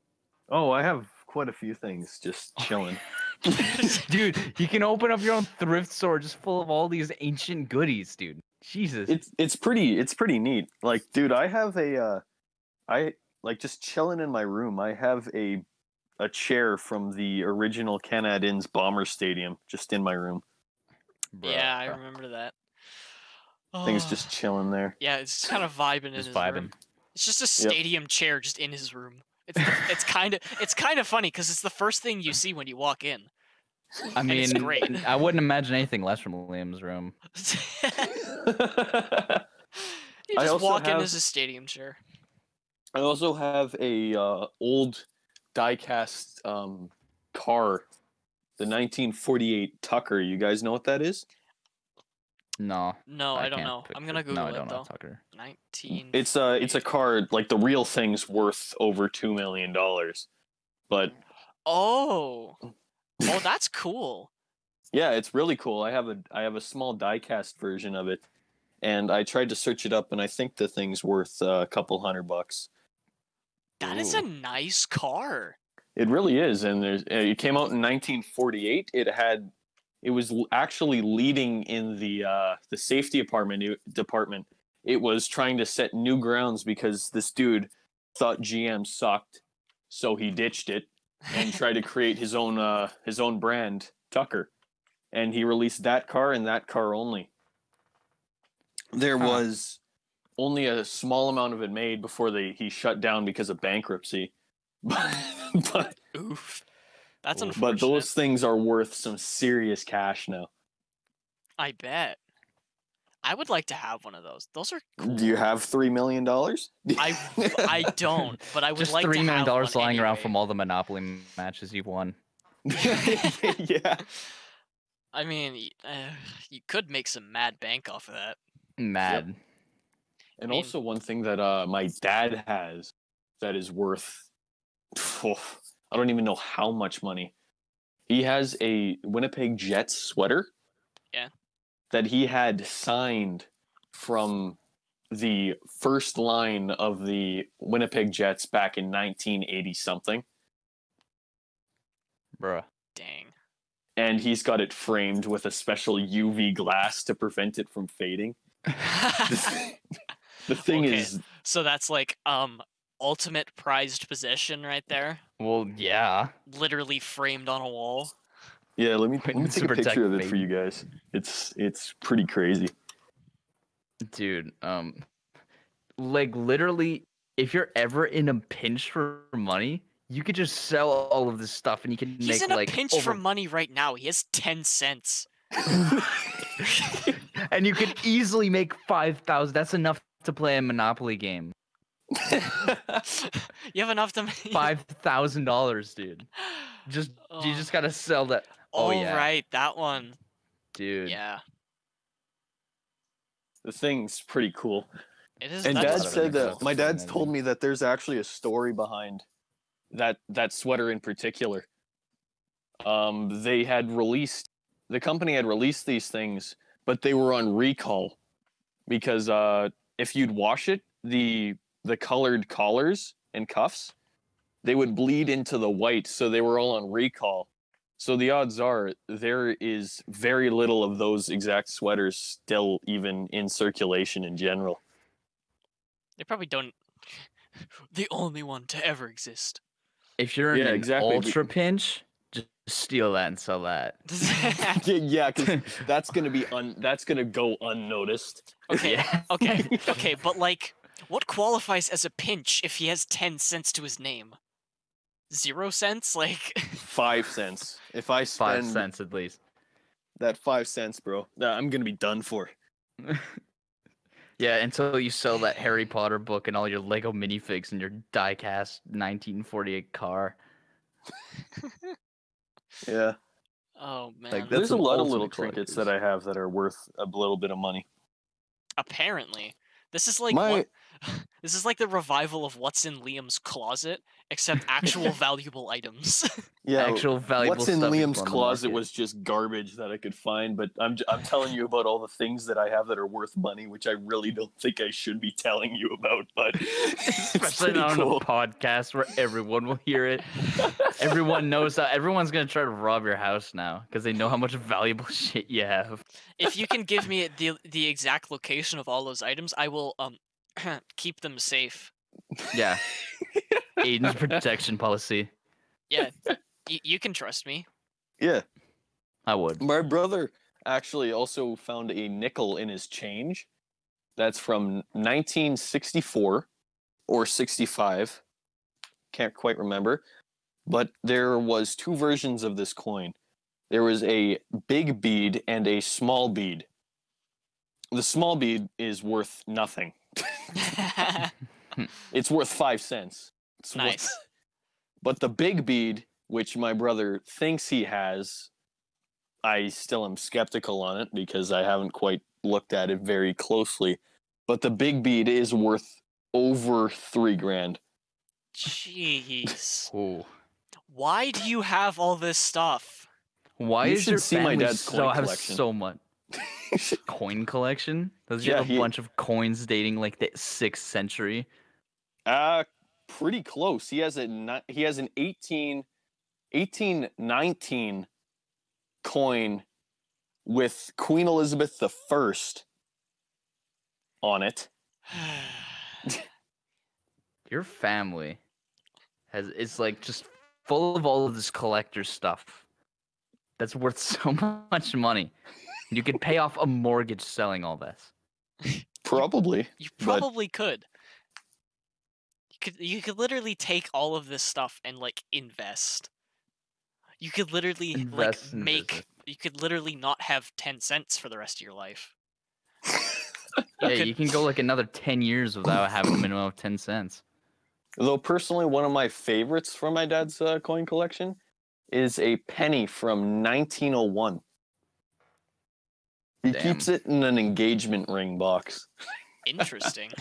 Oh, I have quite a few things just chilling.
Dude, you can open up your own thrift store just full of all these ancient goodies, dude. Jesus.
it's it's pretty it's pretty neat. Like, dude, I have a uh I like just chilling in my room. I have a a chair from the original Canad Inns bomber stadium just in my room.
Bro.
yeah, I remember that.
Things
Oh.
just chilling
[LAUGHS]
there.
Yeah, it's just kind of vibing in
Just
his
vibing.
room. It's just a
Yep.
stadium chair just in his room. It's the- it's kind of it's kind of funny because it's the first thing you see when you walk in.
I
And
mean,
it's great. [LAUGHS]
I wouldn't imagine anything less from Liam's room.
you
I
just
also
walk
have-
in as a stadium chair.
I also have a uh, old diecast um, car, the 1948 Tucker. You guys know what that is?
No,
No, Oh, I, don't
can't
know. I'm
picture-
gonna Google
No, I
it
don't know
though.
Tucker.
Nineteen.
It's a it's a car like the real thing's worth over two million dollars, but
Oh, oh, that's cool.
yeah, it's really cool. I have a I have a small diecast version of it, and I tried to search it up, and I think the thing's worth uh, a couple hundred bucks.
That is a nice car.
It really is, and there's. uh, It came out in 1948. It had, it was l- actually leading in the uh, the safety department. It, department. It was trying to set new grounds because this dude thought GM sucked, so he ditched it
[LAUGHS]
and tried [LAUGHS] to create his own uh, his own brand, Tucker, and he released that car and that car only. There
Huh.
was only a small amount of it made before they he shut down because of bankruptcy. [LAUGHS] But, but,
Oof. That's
Oof.
unfortunate.
but those things are worth some serious cash now.
I bet. I would like to have one of those. Those are cool.
Do you have three million dollars?
I
[LAUGHS]
[LAUGHS]
I don't, but I would
Just
like
three
to
million
have
dollars
one
lying around
anyway.
from all the Monopoly m- matches you've won.
yeah.
I mean, y- uh, you could make some mad bank off of that.
Mad.
And
mean-
also one thing that uh, my dad has that is worth [SIGHS] phew, I don't even know how much money. He has a Winnipeg Jets sweater.
Yeah.
That he had signed from the first line of the Winnipeg Jets back in 1980 something
Bruh.
Dang.
[LAUGHS]
[LAUGHS]
and he's got it framed with a special UV glass to prevent it from fading. [LAUGHS] The, th- the thing
Okay.
is
so that's like um ultimate prized possession right there,
Well, yeah.
literally framed on a wall.
Yeah, let me, let me
Witness
take a
to protect
picture of it for
baby.
you guys. It's it's pretty crazy. [LAUGHS]
Dude, um like literally if you're ever in a pinch for money, you could just sell all of this stuff and you can
He's
make
in a
like
pinch
over-
for money right now. He has ten cents.
and you could easily make 5,000. That's enough to play a Monopoly
[LAUGHS]
game.
you have enough to make. [LAUGHS]
$5,000, dude. Just you just got to sell that. oh,
All
yeah.
right, that one.
Dude.
Yeah,
the thing's pretty cool.
it is.
And
that
dad
is
That's
said
pretty
that
cool.
my dad's told me that there's actually a story behind that that sweater in particular. Um, they had released the company had released these things, but they were on recall because uh, if you'd wash it, the the colored collars and cuffs they would bleed into the white, so they were all on recall. So the odds are there is very little of those exact sweaters still even in circulation in general.
They probably don't. [LAUGHS] the only one to ever exist. [LAUGHS]
If you're in
Yeah,
an
exactly, be-
ultra pinch, just steal that and
[LAUGHS]
sell that. [LAUGHS]
yeah, yeah, 'cause that's gonna be un- that's gonna go unnoticed.
okay,
Yeah.
[LAUGHS]
okay, okay, but like, what qualifies as a pinch if he has ten cents to his name? Zero cents? Like, [LAUGHS]
Five cents. If I
Five
spend
cents at least. [LAUGHS]
that five cents, bro, nah, I'm gonna be done for.
Yeah, until you sell that Harry Potter book and all your Lego minifigs and your diecast 1948 car.
Yeah,
oh man.
Like, that's
there's a
an
lot of
ultimate
little trinkets that I have that are worth a little bit of money.
Apparently, this is like
My
what, [LAUGHS] this is like the revival of what's in Liam's closet, except
[LAUGHS]
actual valuable items. [LAUGHS]
yeah,
Actual valuable
what's in
stuff is
Liam's
on the
closet
market.
was just garbage that I could find. But I'm j- I'm telling you about all the things that I have that are worth money, which I really don't think I should be telling you about. But [LAUGHS] it's
[LAUGHS] [LAUGHS] Especially
pretty
not on
cool.
a podcast where everyone will hear
[LAUGHS]
it. Everyone knows that. Everyone's gonna try to rob your house now because they know how much valuable [LAUGHS] shit you have.
if you can give me the the exact location of all those items, I will um [CLEARS THROAT] keep them safe.
[LAUGHS]
Yeah. Aiden's protection policy.
Yeah, y- you can trust me.
Yeah,
I would.
My brother actually also found a nickel in his change. That's from 1964 or 65. Can't quite remember. But there was two versions of this coin. There was a big bead and a small bead. The small bead is worth nothing. It's worth 5 cents. It's worth-
nice.
[LAUGHS] but the big bead, which my brother thinks he has, I still am skeptical on it because I haven't quite looked at it very closely. But the big bead is worth over three grand. [LAUGHS]
Jeez.
Ooh.
Why do you have all this stuff? [SIGHS]
Why
You
is
should
your
see my
family
dad's
so
coin
have
collection.
so much coin collection? Does he
Yeah,
have a
he-
bunch of coins dating like the sixth century?
Uh pretty close. He has a ni- he has an 18, 18 19 coin with Queen Elizabeth the First on it.
Your family has it's like just full of all of this collector stuff that's worth [LAUGHS] so much money. You could pay off a mortgage selling all this.
Probably.
you
But-
probably could. You could you could literally take all of this stuff and like invest. You could literally
Invest
like
in
make
business.
you could literally not have 10 cents for the rest of your life.
Yeah,
could-
you can go like another ten years without having a minimum of ten cents.
Though personally, one of my favorites from my dad's uh, coin collection is a penny from 1901. He
Damn.
keeps it in an engagement ring box.
Interesting.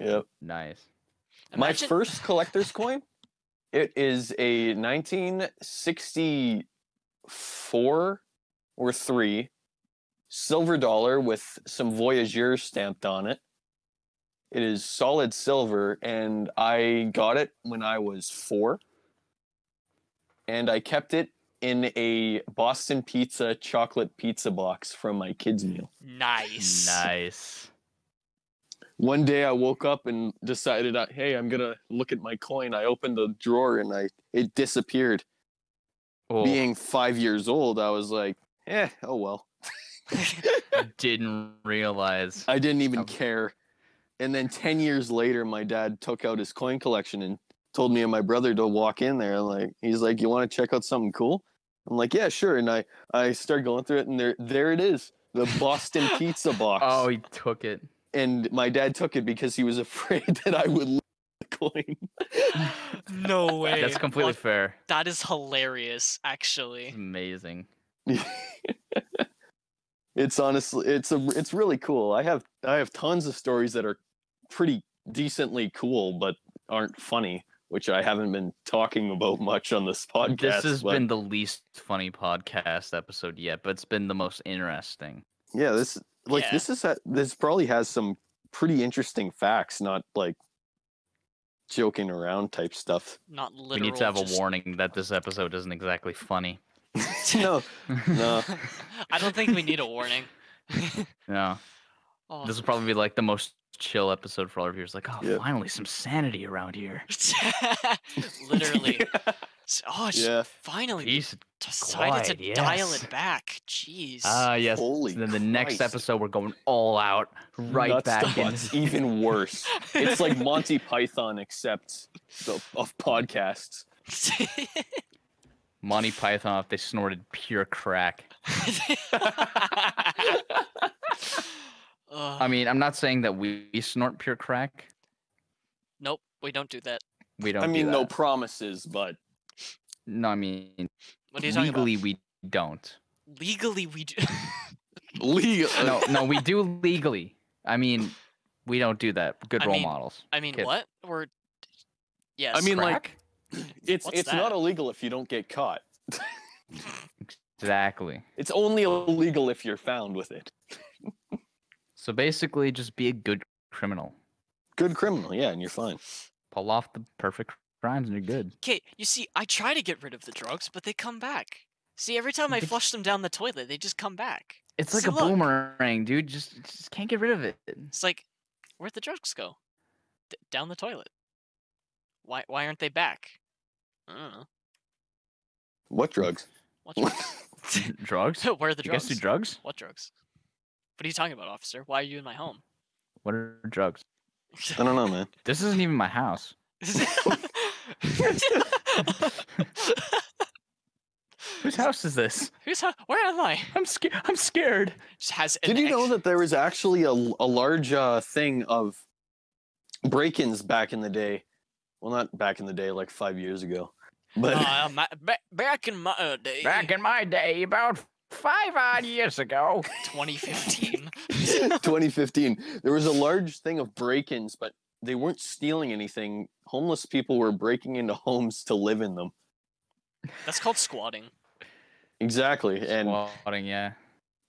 Yep.
Nice.
Imagine-
My first collector's coin. It is a 1964 or three silver dollar with some Voyageur stamped on it. It is solid silver, and I got it when I was four. And I kept it in a Boston Pizza chocolate pizza box from my kids' meal.
nice.
Nice.
one day I woke up and decided, uh, hey, I'm gonna look at my coin. I opened the drawer and I it disappeared.
Well,
Being five years old, I was like, eh, oh well.
I didn't realize.
I didn't even
Okay.
care. And then ten years later, my dad took out his coin collection and told me and my brother to walk in there. Like he's like, you want to check out something cool? I'm like, yeah, sure. And I I start going through it, and there there it is, the Boston Pizza box.
Oh, he took it.
and my dad took it because he was [LAUGHS] afraid that I would lose the coin.
[LAUGHS] no way.
That's completely
What-
fair.
that is hilarious
It's
actually.
amazing.
[LAUGHS] it's honestly it's a it's really cool. I have I have tons of stories that are pretty decently cool but aren't funny, which I haven't been talking about much on this podcast.
This has
but-
been the least funny podcast episode yet, but it's been the most interesting.
yeah, this like
Yeah.
this is a, this probably has some pretty interesting facts, not like joking around type
[LAUGHS]
stuff.
Not
We
literal.
need to have a
just-
warning that this episode isn't exactly funny.
no, [LAUGHS]
[LAUGHS]
no.
I don't think we need a warning.
no.
Oh. [LAUGHS]
This will probably be like the most chill episode for all of you. It's like, oh,
Yeah.
finally some sanity around here. [LAUGHS]
Literally. S- Oh, it's
Yeah.
finally we
Peace.
decided to
quiet,
dial it
yes.
back. Jeez.
Ah, yes.
Holy [LAUGHS]
And then the next
Christ.
episode, we're going all out, right
Nuts to
back
butts,
into
even worse. It's
[LAUGHS]
like Monty Python except the, of podcasts.
Monty Python if they snorted pure crack.
[LAUGHS] Ugh, Uh.
I mean, I'm not saying that we snort pure crack.
nope, we don't do that.
We don't.
I
do
mean, no
that.
promises, but
No, I mean,
What are you talking
legally we don't.
about? Legally, we do. [LAUGHS]
legal.
[LAUGHS] No, no, we do legally. I mean, we don't do that. Good
I
role
mean,
models.
I mean,
Kids.
what? We're. Yes.
I mean, like
Crack?
it's
What's
it's not
that?
illegal if you don't get caught.
exactly.
It's only illegal if you're found with it.
So basically, just be a good criminal.
Good criminal, yeah, and you're fine.
Pull off the perfect crimes, and you're good.
Okay, you see, I try to get rid of the drugs, but they come back. See, every time I
But-
flush them down the toilet, they just come back.
It's like
See,
a
look.
boomerang, dude. Just, just can't get rid of it.
It's like, where'd the drugs go? D- down the toilet. Why? Why aren't they back? I don't know.
What drugs? [LAUGHS]
What drugs?
drugs?
So [LAUGHS] Where are the
you
drugs?
guys do drugs?
what drugs? What are you talking about, officer? Why are you in my home?
What are drugs?
I don't know, man.
This isn't even my house. Whose house is this?
[LAUGHS] Who's ho- Where am I?
I'm scared. I'm scared.
Just Has an
Did you
[LAUGHS]
know
ex-
that there was actually a, a large uh, thing of break-ins back in the day? Well, not back in the day, like five years ago. But [LAUGHS]
[LAUGHS] Uh, my, ba- back in my uh, day,
Back in my day, about five odd years ago.
[LAUGHS]
2015.
2015 there was a large thing of break-ins but they weren't stealing anything homeless people were breaking into homes to live in them
That's called squatting.
exactly and
[LAUGHS]
Squatting, yeah.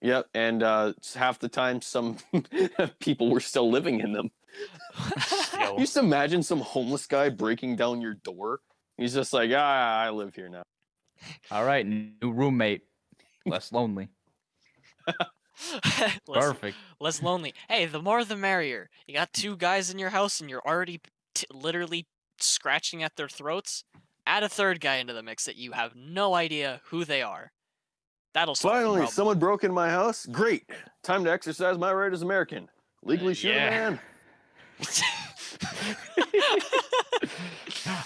Yep, and uh, s- half the time, some [LAUGHS] people were still living in them.
[LAUGHS]
Oh.
You just imagine some homeless guy breaking down your door. He's just like, ah, I live here now.
All right, new roommate, less lonely.
Less-
Perfect.
less lonely. Hey, the more the merrier. You got two guys in your house and you're already t- literally scratching at their throats. Add a third guy into the mix that you have no idea who they are. That'll solve the
Finally,
problem.
someone broke in my house. Great. Time to exercise my right as American. Legally shoot
yeah.
a man.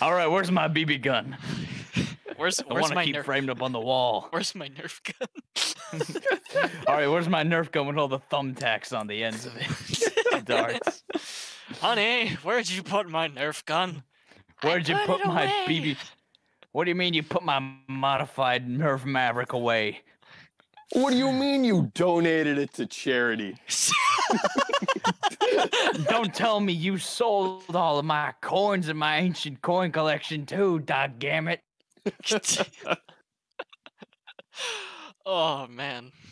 All right, where's my BB gun?
[LAUGHS] where's
I
where's
want to
my
keep
nerf?
framed up on the wall.
[LAUGHS] Where's my nerf gun?
All right, where's my Nerf gun with all the thumbtacks on the ends of
[LAUGHS]
it? Darts.
Honey, where'd you put my nerf gun? [LAUGHS] I
Where'd you
put
put
it
my
away.
BB? What do you mean you put my modified Nerf Maverick away?
What do you mean you donated it to charity?
Don't tell me you sold all of my coins in my ancient coin collection too, dog damn it.
oh man. [LAUGHS]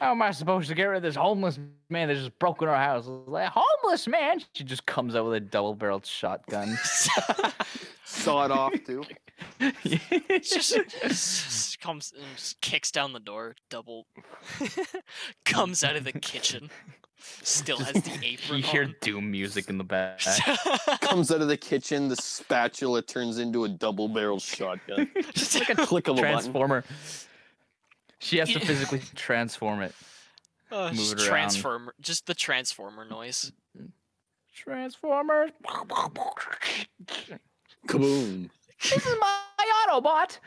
How am I supposed to get rid of this homeless man that just broke in our house? Like, homeless man? She just comes out with a double barreled
[LAUGHS]
shotgun. [LAUGHS]
Saw it off too.
[LAUGHS]
just, just comes and just kicks down the door,
[LAUGHS]
double comes out of the kitchen, still has the
[LAUGHS]
apron.
you hear
on. [LAUGHS]
doom music in the back.
Comes out of the kitchen. The spatula turns into a double barrel shotgun.
[LAUGHS]
Click of a button.
Transformer. She has to
Yeah.
physically transform it.
[LAUGHS] Uh,
move
just
it around.
transformer, just the transformer noise.
[LAUGHS] Transformers.
Kaboom.
this is my Autobot.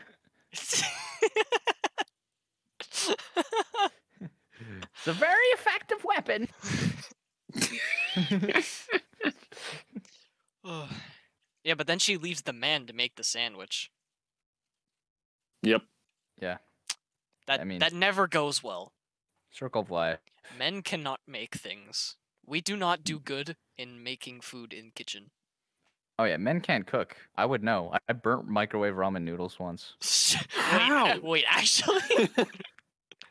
It's a very effective weapon.
Ugh. yeah, but then she leaves the man to make the sandwich.
Yep.
Yeah.
That
I mean-
that never goes well.
[LAUGHS] Circle of life.
Men cannot make things. We do not do good in making food in kitchen.
Oh yeah, men can't cook. I would know. I- I burnt microwave ramen noodles once.
wait,
How?
uh, wait, actually.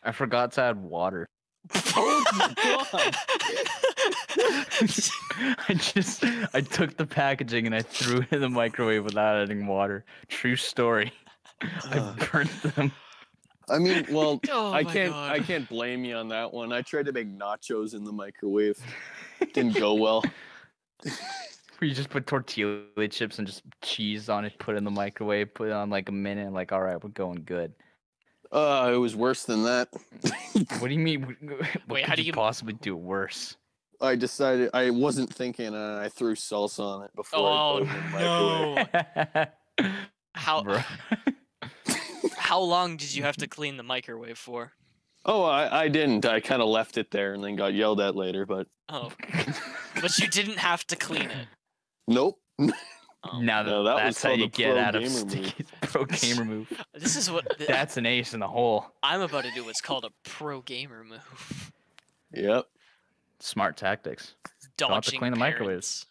I forgot to add water.
[LAUGHS]
[LAUGHS]
Oh my
I just I took the packaging and I threw it in the microwave without adding water. True story.
Uh.
I burnt them.
I mean, well,
Oh
I
my
can't.
God.
I can't blame you on that one. I tried to make nachos in the
[LAUGHS]
microwave. Didn't go well.
Where you just put tortilla chips and just cheese on it, put it in the microwave, put it on like a minute, like all right, we're going good.
Uh, it was worse than
[LAUGHS]
that.
What do you mean? w- [LAUGHS] w- What
Wait,
could
how do
you
you-
possibly do
[LAUGHS]
worse?
I decided I wasn't thinking, and I threw salsa on it before. I
Oh
put it in the microwave.
no! How
Bro. [LAUGHS]
how long did you have to clean the microwave for?
Oh, I, I didn't. I kind of left it there and then got yelled at later. But
Oh, but you didn't have to clean it.
nope.
Oh.
now
No, that was
that's how
called
you
a
get
pro
out of
gamer
sticky [LAUGHS] pro gamer move.
[LAUGHS] This is what th-
That's an ace in the hole.
I'm about to do. What's called a pro gamer move.
Yep.
Smart tactics.
Dodging
have to clean the microwaves.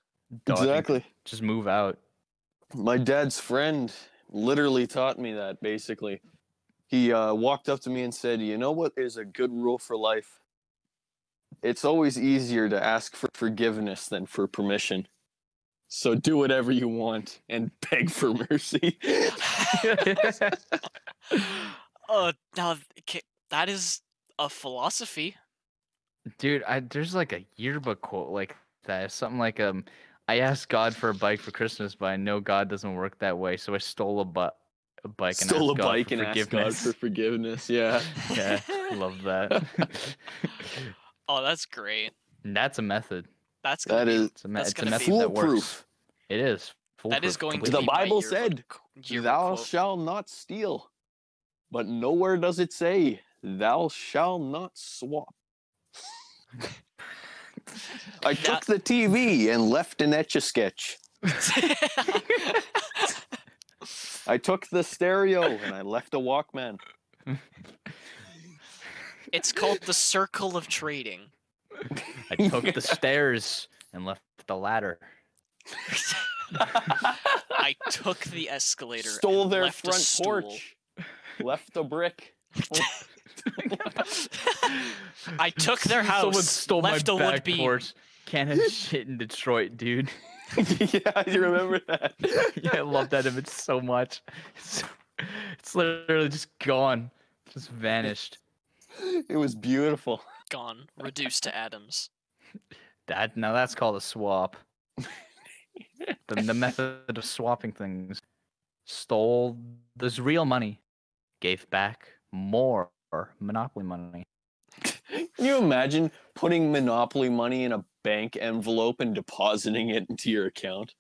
parents.
Dodging.
Exactly.
Just move
[LAUGHS]
out. [LAUGHS]
My dad's friend literally taught me that. Basically, he uh, walked up to me and said, "You know what is a good rule for life? It's always easier to ask for forgiveness than for permission. So do whatever you want and [LAUGHS] beg for mercy."
[LAUGHS] Oh, now th- ca- that is a philosophy.
Dude, I, there's like a yearbook quote like that. It's something like um I asked God for a bike for Christmas, but I know God doesn't work that way, so I stole a bu- a bike and
Stole a
asked God
bike
for
and asked God
forgiveness.
for forgiveness. Yeah.
[LAUGHS] yeah,
[LAUGHS]
love that.
[LAUGHS] oh, that's great.
And that's a method.
That's gonna
That
be,
is
It's a, me-
That's
it's a
gonna be-
method that works.
foolproof.
It is.
that is
foolproof
going to
The
be
completely.
my
Bible
yearbook
said,
qu- yearbook
Thou
quote.
shall not steal. But nowhere does it say, Thou shall not swap. I
[LAUGHS] That-
took the TV and left an etch a sketch. I took the stereo and I left a Walkman.
[LAUGHS] it's called the circle of trading.
I took the stairs and left the ladder.
I took the escalator.
Stole
and
their
left a
front
stool. [LAUGHS]
porch. Left a brick.
I took
[LAUGHS]
their
Someone
house,
stole
left
my
a wood
back
beam.
porch. Can't have shit in Detroit, dude.
[LAUGHS] yeah, you remember that?
[LAUGHS] yeah, I love that image so much. It's, it's literally just gone, just vanished.
It was beautiful.
[LAUGHS] gone, reduced to atoms.
That now that's called a swap. the, the method of swapping things. Stole this real money, gave back more monopoly money.
Can you imagine putting Monopoly money in a bank envelope and depositing it into your account?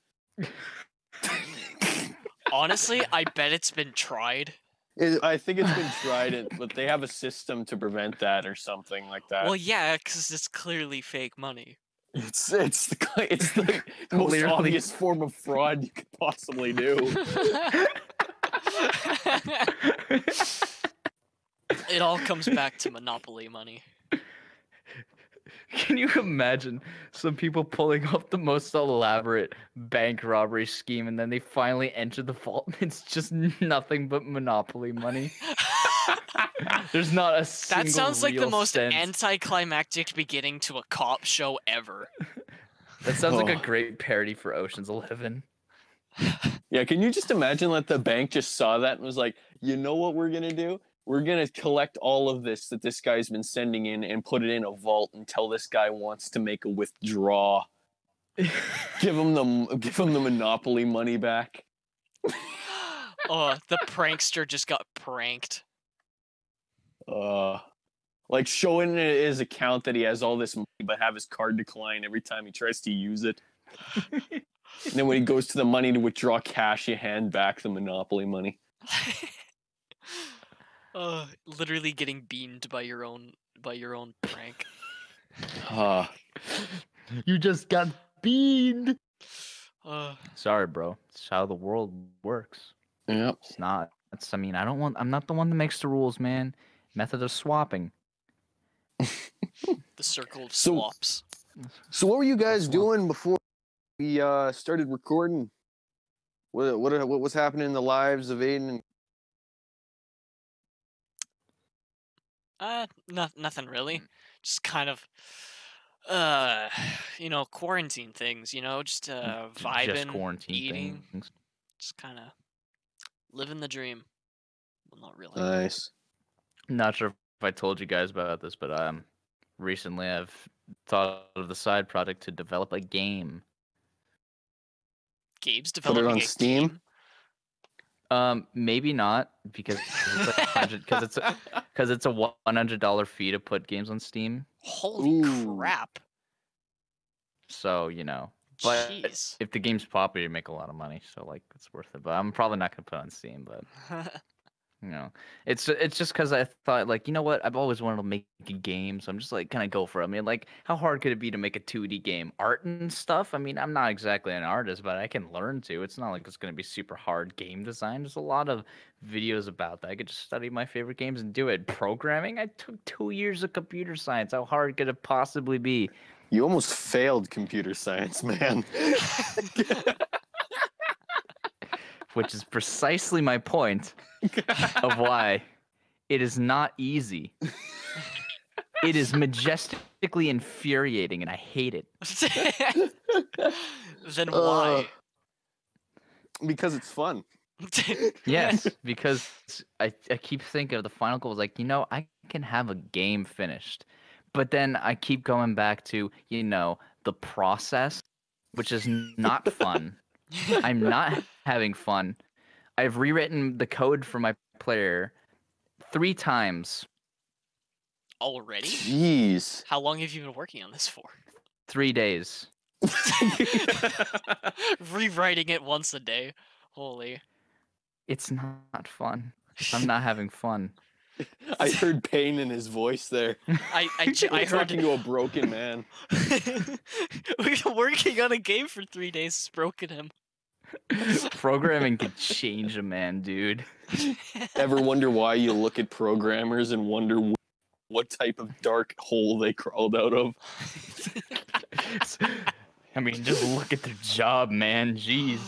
Honestly, I bet it's been tried.
It, I think it's been [LAUGHS] tried, it, but they have a system to prevent that or something like that.
Well, yeah, because it's clearly fake money.
it's it's the, cl- it's the most
Clearly.
obvious form of fraud you could possibly do.
it all comes back to monopoly money.
[LAUGHS] Can you imagine some people pulling off the most elaborate bank robbery scheme and then they finally enter the vault and it's just nothing but monopoly money? [LAUGHS] There's not a single
That sounds like the
real
most
cent.
anticlimactic beginning to a cop show ever.
That sounds like
Oh.
a great parody for Ocean's Eleven.
Yeah, can you just imagine that the bank just saw that and was like, you know what we're gonna do? We're gonna collect all of this that this guy's been sending in and put it in a vault until this guy wants to make a withdraw. give him the give him the monopoly money back.
oh, the prankster just got pranked.
Uh, like showing in his account that he has all this money, but have his card decline every time he tries to use it. And then when he goes to the money to withdraw cash, you hand back the monopoly money.
[LAUGHS] oh, literally getting beamed by your own by your own prank.
Uh,
you just got beaned.
Oh,
Sorry, bro. It's how the world works.
yeah.
It's not. It's, I mean, I don't want. I'm not the one that makes the rules, man. Method of swapping.
the circle of
So-
swaps.
So what were you guys
Well-
doing before we uh, started recording? What what what was happening in the lives of Aiden? And-
Uh, no, nothing really.
Mm.
Just kind of, uh, [SIGHS] you know, quarantine things. You know, just
Mm,
uh, vibing,
just quarantine
eating.
things.
just kind of living the dream. Well, not really.
nice.
Not sure if I told you guys about this, but um, recently I've thought of the side project to develop a game.
Gabe's
it
developing
on
a
Steam?
game.
Um, maybe not because because it's because it's a one hundred dollar fee to put games on Steam.
Holy
Ooh.
crap!
So you know, But-
[LAUGHS]
Jeez. [LAUGHS]
if the game's popular, you make a lot of money. So like, it's worth it. But I'm probably not gonna put it on Steam. But you know, it's it's just because I thought like, you know what? I've always wanted to make a game, so I'm just like, kind of go for it. I mean, like, how hard could it be to make a 2D game? Art and stuff. I mean, I'm not exactly an artist, but I can learn to. It's not like it's gonna be super hard game design. There's a lot of videos about that. I could just study my favorite games and do it. Programming. I took two years of computer science. How hard could it possibly be?
You almost failed computer science, [LAUGHS] man.
which is precisely my point of why it is not easy. It is majestically infuriating, and I hate it.
then
Uh,
why?
because it's fun. [LAUGHS]
[LAUGHS]
Yes, because I, I keep thinking of the final goal is like, you know, I can have a game finished. But then I keep going back to, you know, the process, which is not fun. I'm not having fun. I've rewritten the code for my player three times. [LAUGHS]
Already?
Jeez.
[LAUGHS] How long have you been working on this for?
three days.
Rewriting it once a day. Holy.
It's not fun.
[LAUGHS]
I'm not [LAUGHS] having fun.
I heard pain in his voice there.
I
[LAUGHS]
I, j- I
You're talking
heard
to a broken man.
[LAUGHS] We've been working on a game for three days. It's broken him. [LAUGHS]
Programming can change a man, dude.
Ever wonder why you look at programmers and wonder wh- what type of dark hole they crawled out of?
I mean, just look at their job, man. [GASPS]
[SIGHS]
Jeez.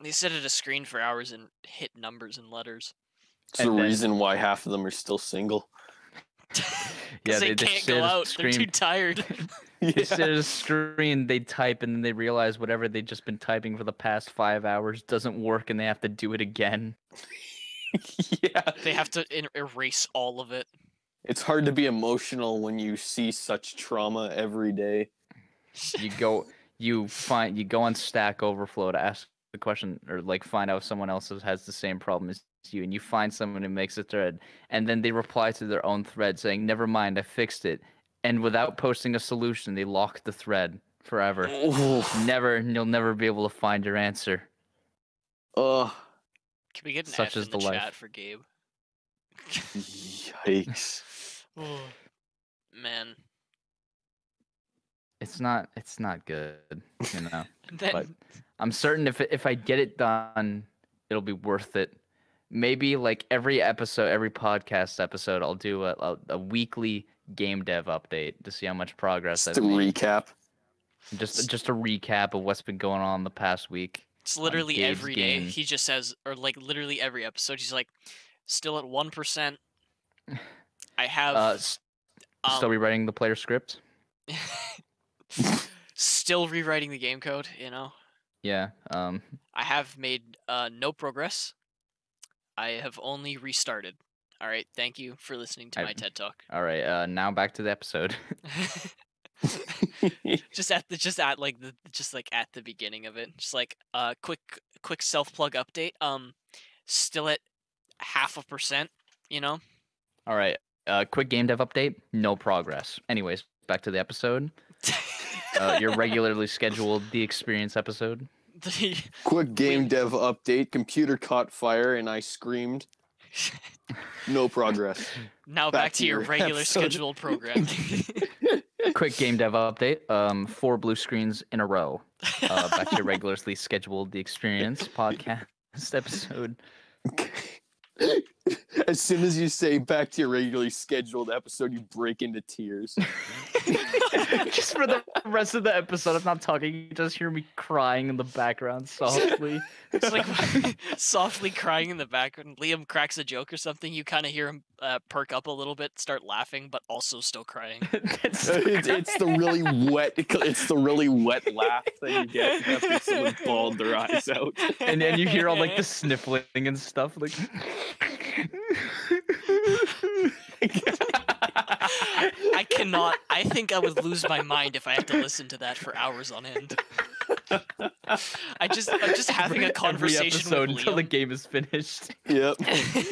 they sit at a screen for hours and hit numbers and letters. [LAUGHS]
It's the
And then-
reason why half of them are still single.
Yeah,
Because they,
just
can't
sit
go
and
out.
Scream.
They're too tired.
[LAUGHS] [LAUGHS] They sit at a screen, they type, and then they realize whatever they've just been typing for the past five hours doesn't work, and they have to do it again.
yeah.
they have to in- erase all of it.
It's hard to be emotional when you see such trauma every day.
You go, you find, you go on Stack Overflow to ask the question, or like find out if someone else has- has the same problem as you, and you find someone who makes a thread, and then they reply to their own thread saying, "Never mind, I fixed it," and without posting a solution, they lock the thread forever. Never, you'll never be able to find your answer.
Ugh.
Can we get an
Such
F
is
in the,
the life.
chat for Gabe? [SIGHS]
Yikes.
oh, man.
It's not, it's not good, you know.
And then
But I'm certain if if I get it done, it'll be worth it. Maybe like every episode, every podcast episode, I'll do a, a, a weekly game dev update to see how much progress
Just
I've
to
made. [LAUGHS]
recap.
Just just a recap of what's been going on the past week.
it's literally
Gabe's
every day.
game.
He just says, or like literally every episode, he's like, still at one percent.
[SIGHS]
I have
Uh, s- still
um,
rewriting the player script.
still rewriting the game code. You know,
Yeah. Um.
I have made uh, no progress. I have only restarted. All right, thank you for listening to
I-
my TED talk. [LAUGHS]
All right. Uh. Now back to the episode. [LAUGHS]
just at the just at like the just like at the beginning of it just like uh quick quick self plug update um still at half a percent you know
All right. Uh. Quick game dev update. No progress. Anyways, back to the episode.
[LAUGHS]
Uh, your regularly scheduled the experience episode.
The-
Quick game dev update. Computer caught fire and I
[LAUGHS]
screamed. No progress.
now back,
[LAUGHS]
to your, regular
episode.
scheduled programming
quick game dev update. Um, four blue screens in a row. [LAUGHS]
[LAUGHS]
Uh, back to your regularly scheduled the experience podcast
[LAUGHS]
episode.
[LAUGHS] as soon as you say back to your regularly scheduled episode, you break into tears.
just for the rest of the episode, I'm not talking. You just hear me crying in the background softly.
it's like [LAUGHS] softly crying in the background liam cracks a joke or something you kind of hear him uh, perk up a little bit start laughing but also still crying [LAUGHS]
That's
it's, it's the really wet. It's the really wet laugh that you get after someone bawled their eyes out.
and then you hear all like the sniffling and stuff. Like,
[LAUGHS] I cannot. I think I would lose my mind if I had to listen to that for hours on end. I just, I'm just [LAUGHS] having
[LAUGHS]
a
Every- every
conversation
episode
with
until the
Liam.
game is finished.
[LAUGHS] Yep.
[LAUGHS]
[LAUGHS] and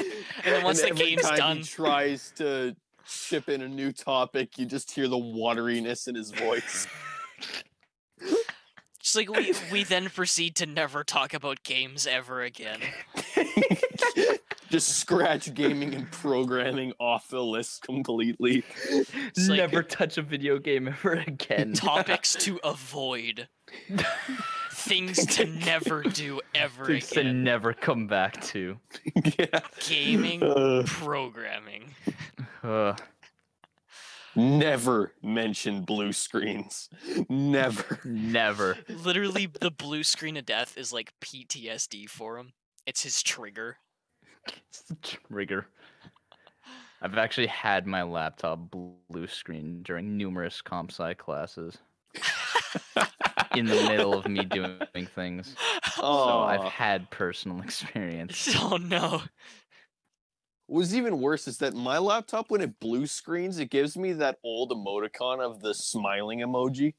then once the
every
game's
time he
done,
tries to ship in a new topic, you just hear the wateriness in his voice.
just like we, we then proceed to never talk about games ever again.
just scratch gaming and programming off the list completely. [LAUGHS]
It's like-
Never touch a video game ever again.
Topics to avoid. Things to never do ever
Things to
again.
never come back to.
yeah.
[LAUGHS]
Gaming,
Uh,
programming.
Ugh.
never mention blue screens. Never.
never.
Literally, the blue screen of death is like PTSD for him. It's his trigger. [LAUGHS]
It's the trigger. I've actually had my laptop blue screen during numerous comp sci classes. in the middle of me doing things. So I've
Aw.
had personal [LAUGHS]
[LAUGHS]
experience.
Oh no.
What was even worse is that my laptop, when it blue screens, it gives me that old emoticon of the smiling emoji.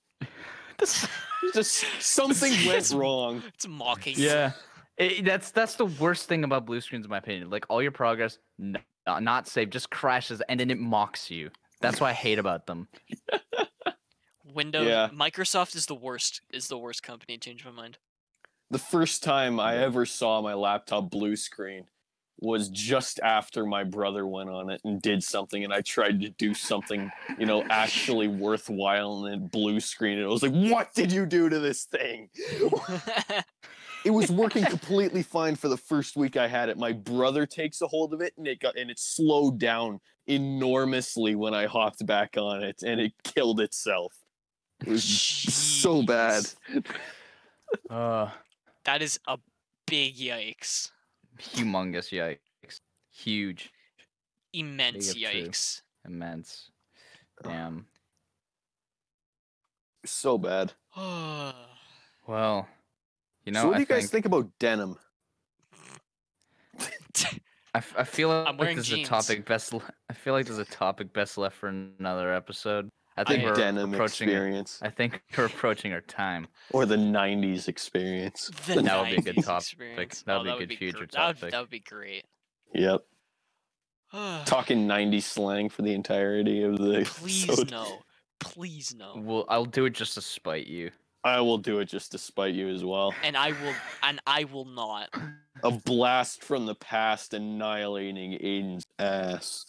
Just something went wrong.
It's mocking. you.
yeah. It- that's that's the worst thing about blue screens in my opinion. Like all your progress n- uh, not saved just crashes and then it mocks you. That's what I hate about them.
Windows
Yeah.
Microsoft is the worst is the worst company, change my mind. [LAUGHS]
The first time I ever saw my laptop blue screen was just after my brother went on it and did something, and I tried to do something, you know, actually worthwhile, and it blue screened. And I was like, "What did you do to this thing?" [LAUGHS] It was working completely fine for the first week I had it. My brother takes a hold of it, and it got and it slowed down enormously when I hopped back on it, and it killed itself. It was [LAUGHS] so bad.
Jeez.
Uh
That is a big yikes.
humongous yikes. Huge,
Immense
Big up too.
yikes.
immense.
Ugh.
Damn.
So bad.
Well, you know,
so what
I
do you guys
think-
think about denim?
[SIGHS]
[LAUGHS] I, f- I feel like
wearing
there's
jeans.
a topic best. Le- [LAUGHS] I feel like there's a topic best left for another episode. I
The
think we're
denim
approaching. Our,
experience.
I think [LAUGHS] we're approaching our time.
Or the 90s experience.
the
That would be a good
90s
topic.
experience.
That would
Oh,
be a good future
gr- that would-
topic.
That would be great. [SIGHS]
Yep.
[LAUGHS]
Talk
Talking 90s slang for the entirety of the
Please
episode.
no. Please no.
We'll. I'll do it just to spite you.
I will do it just to spite you as well.
And I
[LAUGHS]
will and I will not.
A blast from the past annihilating Aiden's ass.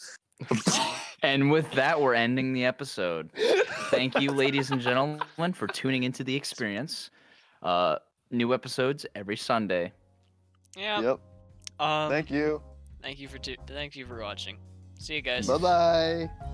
And with that, we're ending the episode. [LAUGHS] Thank you, ladies and gentlemen, for tuning into the experience. Uh, new episodes every Sunday.
Yeah. Um,
you.
thank you for tu- thank you for watching. See you guys.
bye.